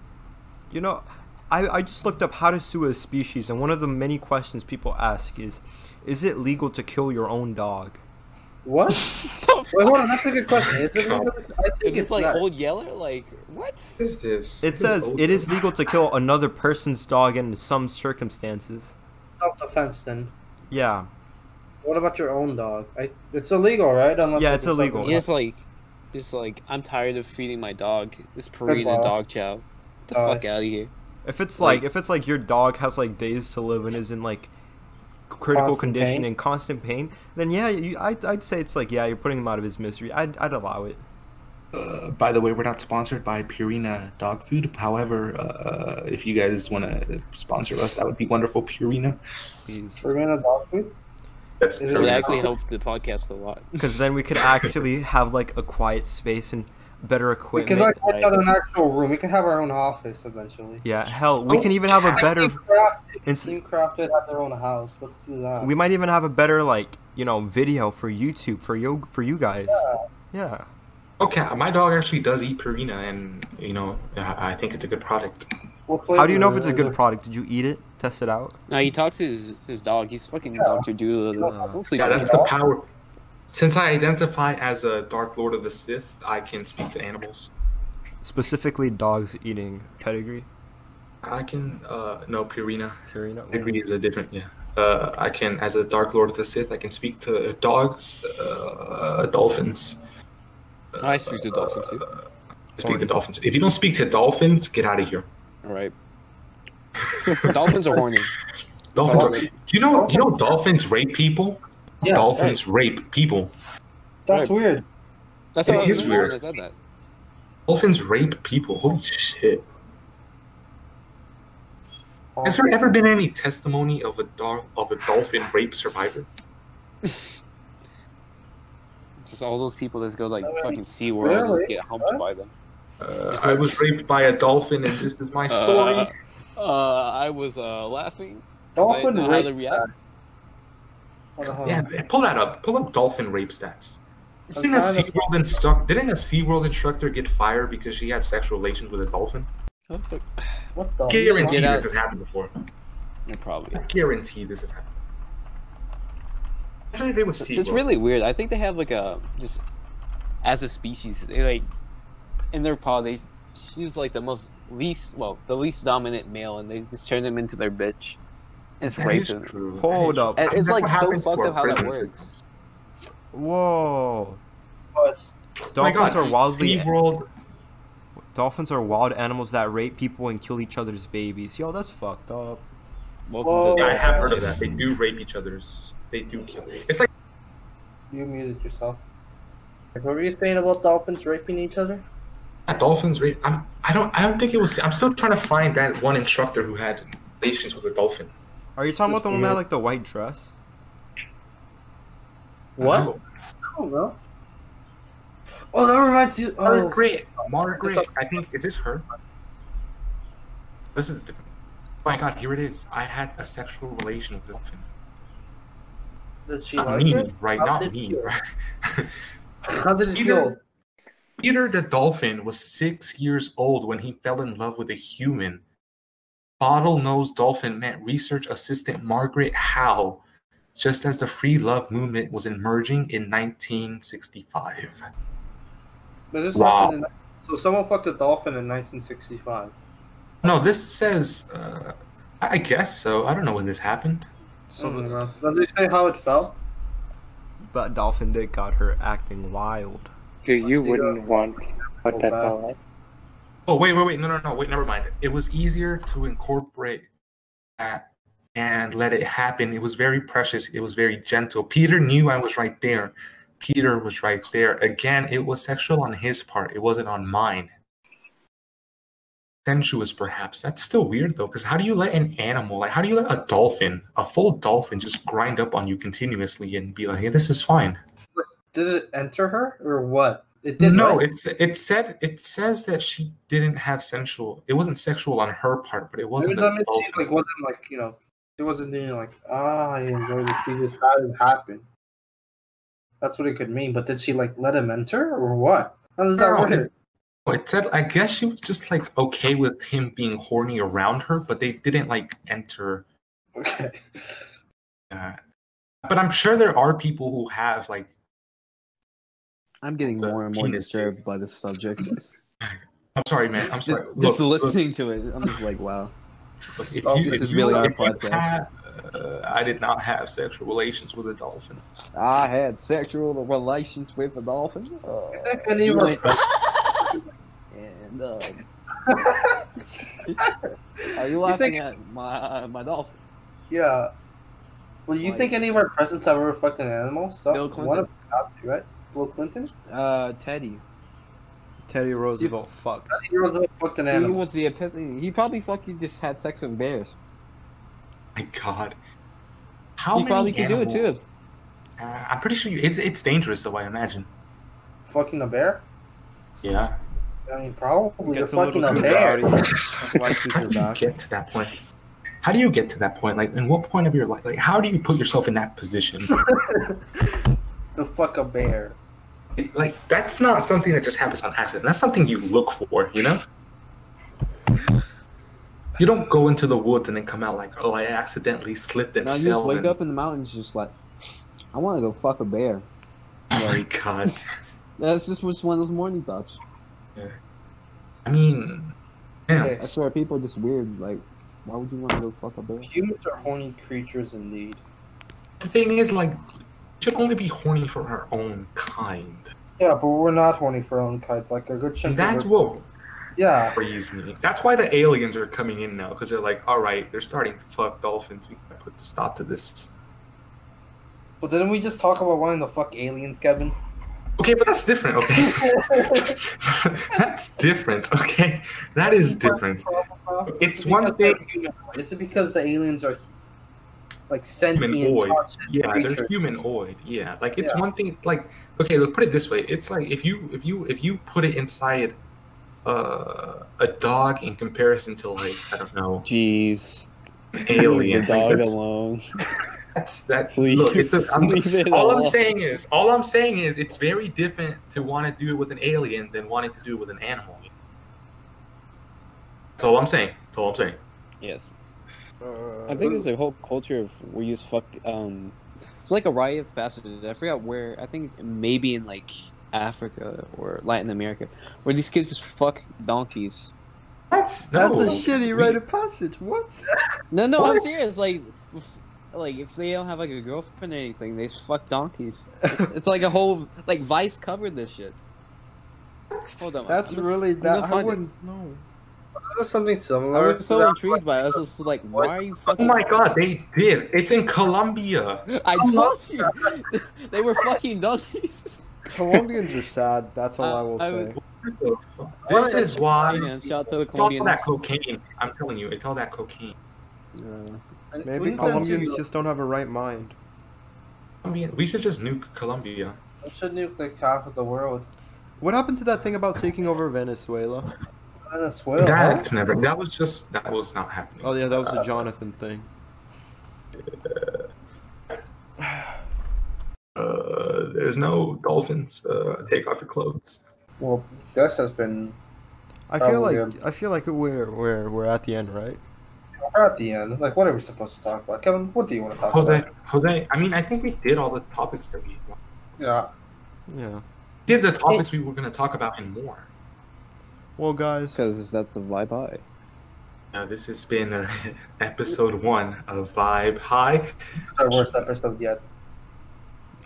Speaker 3: You know, I, I just looked up how to sue a species, and one of the many questions people ask is, is it legal to kill your own dog?
Speaker 2: what?
Speaker 4: Stop.
Speaker 2: Wait, hold on. That's a good question. It's a good
Speaker 1: God.
Speaker 2: question. I think it's
Speaker 4: If
Speaker 2: uh,
Speaker 4: it's like
Speaker 2: not.
Speaker 4: old yeller, like what?
Speaker 1: What is this?
Speaker 3: It says it is legal to kill another person's dog in some circumstances.
Speaker 2: self-defense. Then,
Speaker 3: Yeah,
Speaker 2: what about your own dog? I, it's illegal, right? Unless
Speaker 3: Yeah, it's illegal.
Speaker 2: something-
Speaker 4: It's like, it's like I'm tired of feeding my dog. This Purina
Speaker 2: Goodbye.
Speaker 4: dog chow.
Speaker 1: Uh,
Speaker 4: Get the
Speaker 2: Bye.
Speaker 4: fuck out of here.
Speaker 3: if it's like,
Speaker 4: Like-
Speaker 3: if it's like your dog has like days to live and is in like critical
Speaker 2: Constant
Speaker 3: condition
Speaker 2: pain?
Speaker 3: and constant pain, then yeah, you, I, I'd say it's like yeah, you're putting him out of his misery. I'd, I'd allow it.
Speaker 1: Uh, by the way, we're not sponsored by Purina Dog Food. However, uh, if you guys want to sponsor us, that would be wonderful. Purina.
Speaker 3: Please,
Speaker 2: We're gonna dog food.
Speaker 1: That's
Speaker 2: Is it
Speaker 4: It would
Speaker 2: Purina.
Speaker 4: actually help the podcast a lot.
Speaker 3: because then we could actually have like a quiet space and better
Speaker 2: We
Speaker 3: equipment.
Speaker 2: can like
Speaker 3: like-
Speaker 2: rent out an actual room. We can have our own office eventually.
Speaker 3: yeah, hell, we can even have a better.
Speaker 2: Team crafted,
Speaker 3: ins-
Speaker 2: team crafted at their own house. Let's do that.
Speaker 3: We might even have a better like you know video for YouTube for you for you guys. Yeah.
Speaker 1: Okay, uh, my dog actually does eat Purina, and you know, I I think it's a good product.
Speaker 3: How do you know if it's a good product? Did you eat it? Test it out.
Speaker 4: Now he talks to his his dog. He's fucking Doctor Doolittle.
Speaker 3: Uh,
Speaker 4: Don't sleep
Speaker 1: Yeah,
Speaker 4: on
Speaker 1: that's
Speaker 4: him.
Speaker 1: the power. Since I identify as a Dark Lord of the Sith, I can speak to animals.
Speaker 3: Specifically, dogs eating pedigree.
Speaker 1: I can, uh, no, Purina.
Speaker 3: Purina.
Speaker 1: Pedigree is a different, yeah. Uh, I can, as a Dark Lord of the Sith, I can speak to dogs, uh, dolphins. Uh,
Speaker 4: I speak to dolphins too.
Speaker 1: Speak to dolphins. If you don't speak to dolphins, get out of here.
Speaker 4: All right. Dolphins are horny.
Speaker 1: Dolphins. Are,
Speaker 4: Sorry.
Speaker 1: you know, you know, dolphins rape people.
Speaker 2: Yes,
Speaker 1: dolphins rape people.
Speaker 2: That's weird.
Speaker 4: That's
Speaker 1: It
Speaker 4: what I
Speaker 1: is
Speaker 4: was wondering
Speaker 1: weird.
Speaker 4: when I said that.
Speaker 1: Dolphins rape people. Holy shit. Has there ever been any testimony of a dog of a dolphin rape survivor?
Speaker 4: Just all those people that go like
Speaker 2: Really?
Speaker 4: fucking Sea World and just
Speaker 2: Really?
Speaker 4: get humped
Speaker 2: What?
Speaker 4: by them.
Speaker 1: Uh, I was raped by a dolphin, and this is my story.
Speaker 4: Uh, uh, I was uh, laughing. 'cause I
Speaker 2: Dolphin
Speaker 4: didn't know how to
Speaker 2: rapes.
Speaker 4: react.
Speaker 2: Hold
Speaker 4: uh,
Speaker 2: on, hold
Speaker 1: yeah,
Speaker 2: on.
Speaker 1: pull that up. Pull up dolphin rape stats.
Speaker 2: I'm
Speaker 1: Didn't a
Speaker 2: trying to-
Speaker 1: SeaWorld instructor didn't a SeaWorld instructor get fired because she had sexual relations with a dolphin?
Speaker 4: Oh, fuck.
Speaker 2: What
Speaker 4: Oh,
Speaker 2: the?
Speaker 1: Guarantee
Speaker 4: Get out.
Speaker 1: this has happened before.
Speaker 4: Yeah, Probably.
Speaker 1: I guarantee this has happened. Actually, they would see.
Speaker 4: It's really weird. I think they have like a just as a species, they like in their paw they choose like the most least well the least dominant male and they just turn them into their bitch. And it's rape them.
Speaker 1: true.
Speaker 3: Hold up.
Speaker 4: And It's
Speaker 1: That's
Speaker 4: like
Speaker 1: what
Speaker 4: so
Speaker 1: happens
Speaker 4: fucked
Speaker 1: for
Speaker 4: up how that
Speaker 1: prison
Speaker 4: works.
Speaker 1: systems.
Speaker 3: Whoa.
Speaker 2: But
Speaker 6: Oh my
Speaker 3: Dolphins
Speaker 6: God,
Speaker 3: are wildly
Speaker 6: SeaWorld.
Speaker 3: dolphins are wild animals that rape people and kill each other's babies. Yo, that's fucked up.
Speaker 4: Welcome
Speaker 1: Yeah, I
Speaker 4: to
Speaker 1: have heard of that. They do rape each other's. They do kill. It's like
Speaker 2: You muted yourself. Like, What were you saying about dolphins raping each other?
Speaker 1: yeah, dolphins rape. I'm. I don't. I don't think it was. I'm still trying to find that one instructor who had relations with a dolphin.
Speaker 3: Are you talking about the one that had, like the white dress?
Speaker 2: What? I don't know. Oh, that reminds you. Oh,
Speaker 1: Margaret. Margaret. I think is this her? This is. Different. Oh my god! Here it is. I had a sexual relation with a dolphin.
Speaker 2: did she
Speaker 1: Not
Speaker 2: like
Speaker 1: me,
Speaker 2: it?
Speaker 1: right?
Speaker 2: How
Speaker 1: Not
Speaker 2: did
Speaker 1: me.
Speaker 2: you?
Speaker 1: Right?
Speaker 2: How did it feel?
Speaker 1: Peter, Peter the dolphin was six years old when he fell in love with a human. Bottlenose dolphin met research assistant Margaret Howe just as the free love movement was emerging in 1965.
Speaker 2: But this
Speaker 1: Wow.
Speaker 2: happened in, so someone fucked a dolphin in 1965.
Speaker 1: No, this says, uh, I guess so. I don't know when this happened.
Speaker 3: So
Speaker 2: I don't
Speaker 3: the,
Speaker 2: know. Does it say how it felt?
Speaker 3: that dolphin dick got her acting wild.
Speaker 5: Dude, you
Speaker 3: uh,
Speaker 2: see
Speaker 5: wouldn't
Speaker 2: that.
Speaker 5: want what
Speaker 2: Go
Speaker 5: that
Speaker 2: back.
Speaker 5: felt like.
Speaker 1: Oh, wait, wait, wait. No, no, no. Wait, never mind. It was easier to incorporate that and let it happen. It was very precious. It was very gentle. Peter knew I was right there. Peter was right there. Again, it was sexual on his part, it wasn't on mine. Sensuous, perhaps. That's still weird, though, because how do you let an animal, like, how do you let a dolphin, a full dolphin, just grind up on you continuously and be like, hey, this is fine?
Speaker 2: Did it enter her or what? It didn't.
Speaker 1: No,
Speaker 2: right?
Speaker 1: it's it said it says that she didn't have sensual. It wasn't sexual on her part, but it
Speaker 2: Maybe
Speaker 1: wasn't.
Speaker 2: that
Speaker 1: a
Speaker 2: means she
Speaker 1: dolphin.
Speaker 2: like wasn't like you know she wasn't doing like ah I enjoyed it. She just had it happen. That's what it could mean. But did she like let him enter or what? How does that
Speaker 1: No,
Speaker 2: work?
Speaker 1: Well, it said I guess she was just like okay with him being horny around her, but they didn't like enter.
Speaker 2: Okay.
Speaker 1: Uh, but I'm sure there are people who have like
Speaker 4: I'm getting
Speaker 1: It's a
Speaker 4: more and more
Speaker 1: penis
Speaker 4: disturbed by this subject. just
Speaker 1: I'm sorry, man. I'm sorry. Look,
Speaker 4: just
Speaker 1: look,
Speaker 4: listening to it, I'm just like, wow.
Speaker 1: look, if
Speaker 2: Oh,
Speaker 1: you-
Speaker 4: this
Speaker 1: if
Speaker 4: is
Speaker 1: you-
Speaker 4: really our
Speaker 1: if you
Speaker 4: podcast.
Speaker 1: had, uh, I did not have sexual relations with a dolphin.
Speaker 4: I had sexual relations with a dolphin. Uh,
Speaker 2: think any of
Speaker 4: went- and uh, are you laughing
Speaker 2: think-
Speaker 4: at my my dolphin?
Speaker 2: Yeah. Well, you
Speaker 4: Like-
Speaker 2: think any of our presidents have ever fucked an animal? So
Speaker 4: Bill
Speaker 2: one of us got to, right? Bill Clinton.
Speaker 4: Uh, Teddy.
Speaker 3: Teddy Roosevelt fucked.
Speaker 2: He wasn't fucked an
Speaker 4: He
Speaker 2: animal.
Speaker 4: was the epiphany. He probably fucking just had sex with bears.
Speaker 1: My God, how
Speaker 4: he
Speaker 1: many
Speaker 4: probably can
Speaker 1: animals,
Speaker 4: do it too.
Speaker 1: Uh, I'm pretty sure you, it's it's dangerous though. I imagine.
Speaker 2: Fucking a bear.
Speaker 1: Yeah.
Speaker 2: I mean, probably you're
Speaker 3: Gets a little
Speaker 2: fucking a
Speaker 3: too
Speaker 2: bear.
Speaker 3: rowdy. Waxes
Speaker 1: how
Speaker 3: her
Speaker 1: do you
Speaker 3: back.
Speaker 1: get to that point? How do you get to that point? Like, in what point of your life? Like, how do you put yourself in that position?
Speaker 2: To fuck a bear.
Speaker 1: like, that's not something that just happens on accident. That's something you look for, you know? You don't go into the woods and then come out like, oh, I accidentally slipped and
Speaker 4: Now
Speaker 1: fell.
Speaker 4: you just wake
Speaker 1: and-
Speaker 4: up in the mountains, just like, I want to go fuck a bear.
Speaker 1: Oh my god.
Speaker 4: That's just just one of those morning thoughts.
Speaker 1: I mean, yeah.
Speaker 4: I swear, people are just weird. Like, why would you want to go fuck a bear?
Speaker 2: Humans are horny creatures indeed.
Speaker 1: The thing is, like, you should only be horny for our own kind.
Speaker 2: Yeah, but we're not horny for our own kind. Like a good
Speaker 1: And
Speaker 2: chunk
Speaker 1: that's
Speaker 2: of
Speaker 1: what
Speaker 2: yeah.
Speaker 1: worries me. That's why the aliens are coming in now because they're like, all right, they're starting to fuck dolphins. We gotta put a stop to this.
Speaker 2: But didn't we just talk about wanting to fuck aliens, Kevin?
Speaker 1: Okay, but that's different. Okay, that's different. Okay, that is different. It's
Speaker 2: because
Speaker 1: one
Speaker 2: they're
Speaker 1: thing-
Speaker 2: humanoid. Is it because the aliens are like sentient?
Speaker 1: Humanoid.
Speaker 2: conscious
Speaker 1: Yeah, they're
Speaker 2: creatures?
Speaker 1: humanoid. Yeah, like it's
Speaker 2: Yeah.
Speaker 1: one thing. Like, okay, look, put it this way. It's like if you if you if you put it inside uh, a dog in comparison to like I don't know
Speaker 4: Jeez,
Speaker 1: an alien. like, that's-
Speaker 4: alone.
Speaker 1: That's that.
Speaker 4: Please
Speaker 1: Look, it's a, I'm,
Speaker 4: leave it
Speaker 1: all I'm
Speaker 4: alone.
Speaker 1: saying is, all I'm saying is, it's very different to want to do it with an alien than wanting to do it with an animal. That's all I'm saying. That's all I'm saying.
Speaker 4: Yes, I think there's a whole culture of we use fuck. Um, it's like a riot of passage. I forgot where. I think maybe in like Africa or Latin America, where these kids just fuck donkeys.
Speaker 1: That's
Speaker 3: That's
Speaker 1: no.
Speaker 3: a shitty rite of passage. What?
Speaker 4: No, no, I'm
Speaker 1: What?
Speaker 4: serious. Like, if- like if they don't have like a girlfriend or anything, they just fuck donkeys. It's like a whole like Vice covered this shit. Hold on.
Speaker 3: That's
Speaker 4: I'm just-
Speaker 3: really
Speaker 4: gonna
Speaker 3: that. I
Speaker 4: find it.
Speaker 3: wouldn't know.
Speaker 2: There's something
Speaker 4: I
Speaker 2: similar.
Speaker 4: was so intrigued by it. I was just like, why are you
Speaker 1: Oh
Speaker 4: fucking?
Speaker 1: my god, they did. It's in Colombia.
Speaker 4: I told you, they were fucking donkeys.
Speaker 3: Colombians are sad. That's all I, will
Speaker 4: I- I
Speaker 3: say.
Speaker 4: was-
Speaker 1: This is
Speaker 4: Hey,
Speaker 1: why
Speaker 4: man, shout out to the
Speaker 1: it's all
Speaker 4: Colombians.
Speaker 1: that cocaine. I'm telling you, it's all that cocaine.
Speaker 4: Yeah.
Speaker 3: Maybe Colombians just don't have a right mind.
Speaker 1: I mean, we should just nuke Colombia.
Speaker 2: should nuke the cap of the world.
Speaker 3: What happened to that thing about taking over Venezuela?
Speaker 2: Venezuela.
Speaker 1: That's never. That was just. That was not happening.
Speaker 3: Uh, Oh yeah, that was a Jonathan thing.
Speaker 1: Uh, there's no dolphins. Uh, take off your clothes.
Speaker 2: Well, this has been
Speaker 3: I feel
Speaker 2: Probably,
Speaker 3: like I feel like we're we're we're at the end, right?
Speaker 2: we're at the end. Like, what are we supposed to talk about, Kevin? What do you want to talk
Speaker 1: Jose,
Speaker 2: about?
Speaker 1: Jose. I mean, I think we did all the topics that we wanted.
Speaker 2: Yeah.
Speaker 3: Yeah.
Speaker 1: did. The topics we were going to talk about and more.
Speaker 3: Well, guys,
Speaker 4: Because that's the vibe I.
Speaker 1: Now, this has been uh, episode one of Vibe High.
Speaker 2: It's our worst episode yet.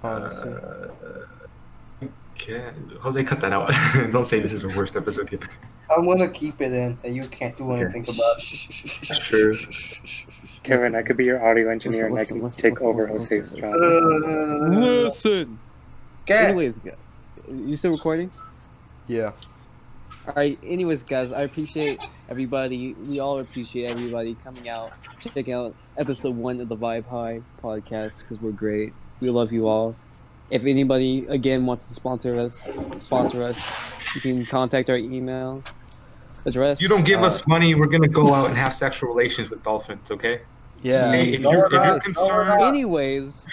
Speaker 4: uh,
Speaker 3: honestly,
Speaker 1: Uh, Okay. Jose, cut that out. Don't say this is the worst episode yet.
Speaker 2: I'm gonna keep it in, and you can't do
Speaker 1: Okay.
Speaker 2: anything about it.
Speaker 1: That's true.
Speaker 5: Kevin, I could be your audio engineer and I
Speaker 4: listen,
Speaker 5: can
Speaker 4: listen,
Speaker 5: take
Speaker 4: listen,
Speaker 5: over
Speaker 4: listen,
Speaker 5: Jose's
Speaker 4: listen.
Speaker 5: job.
Speaker 2: Uh, Okay.
Speaker 4: Listen. Anyways, gu- you still recording?
Speaker 3: yeah.
Speaker 4: All right. Anyways, guys, I appreciate everybody. We all appreciate everybody coming out, checking out episode one of the Vibe High podcast because we're great. We love you all. If anybody again wants to sponsor us, sponsor us. You can contact our email address.
Speaker 1: You don't give
Speaker 4: uh,
Speaker 1: us money, we're going to go out and have sexual relations with dolphins, okay?
Speaker 3: Yeah.
Speaker 1: Hey, if
Speaker 2: no,
Speaker 1: you're, if
Speaker 2: we're
Speaker 1: you're
Speaker 2: not.
Speaker 1: concerned,
Speaker 4: Anyways,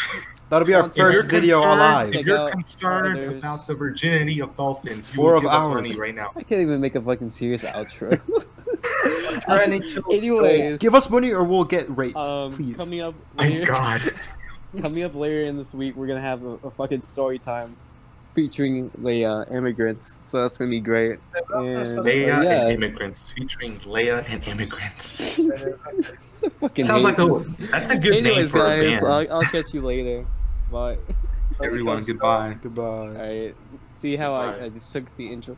Speaker 3: That'll be our
Speaker 4: If you're
Speaker 3: first video
Speaker 1: concerned-
Speaker 3: alive.
Speaker 1: If
Speaker 4: Check
Speaker 1: you're
Speaker 4: out
Speaker 1: concerned
Speaker 4: others.
Speaker 1: about the virginity of dolphins, you
Speaker 3: Or
Speaker 1: will
Speaker 3: of
Speaker 1: give us
Speaker 3: ours.
Speaker 1: money right now.
Speaker 4: I can't even make a fucking serious outro.
Speaker 2: Granny Childs.
Speaker 4: Anyways,
Speaker 3: Give us money or we'll get raped,
Speaker 4: um,
Speaker 3: please.
Speaker 4: coming up
Speaker 1: My
Speaker 4: later,
Speaker 1: God.
Speaker 4: coming up later in this week, we're gonna have a, a fucking story time featuring the uh, immigrants. So that's gonna be great. And,
Speaker 1: Leia
Speaker 4: uh, yeah,
Speaker 1: and immigrants, featuring Leia and immigrants.
Speaker 4: fucking
Speaker 1: Sounds like a
Speaker 4: haters.
Speaker 1: that's a good name
Speaker 4: Anyways,
Speaker 1: for a
Speaker 4: guys,
Speaker 1: band.
Speaker 4: I'll, I'll catch you later. Bye.
Speaker 1: Everyone, goodbye.
Speaker 3: Goodbye.
Speaker 4: All right. See how
Speaker 1: Bye.
Speaker 4: I, I just took the intro.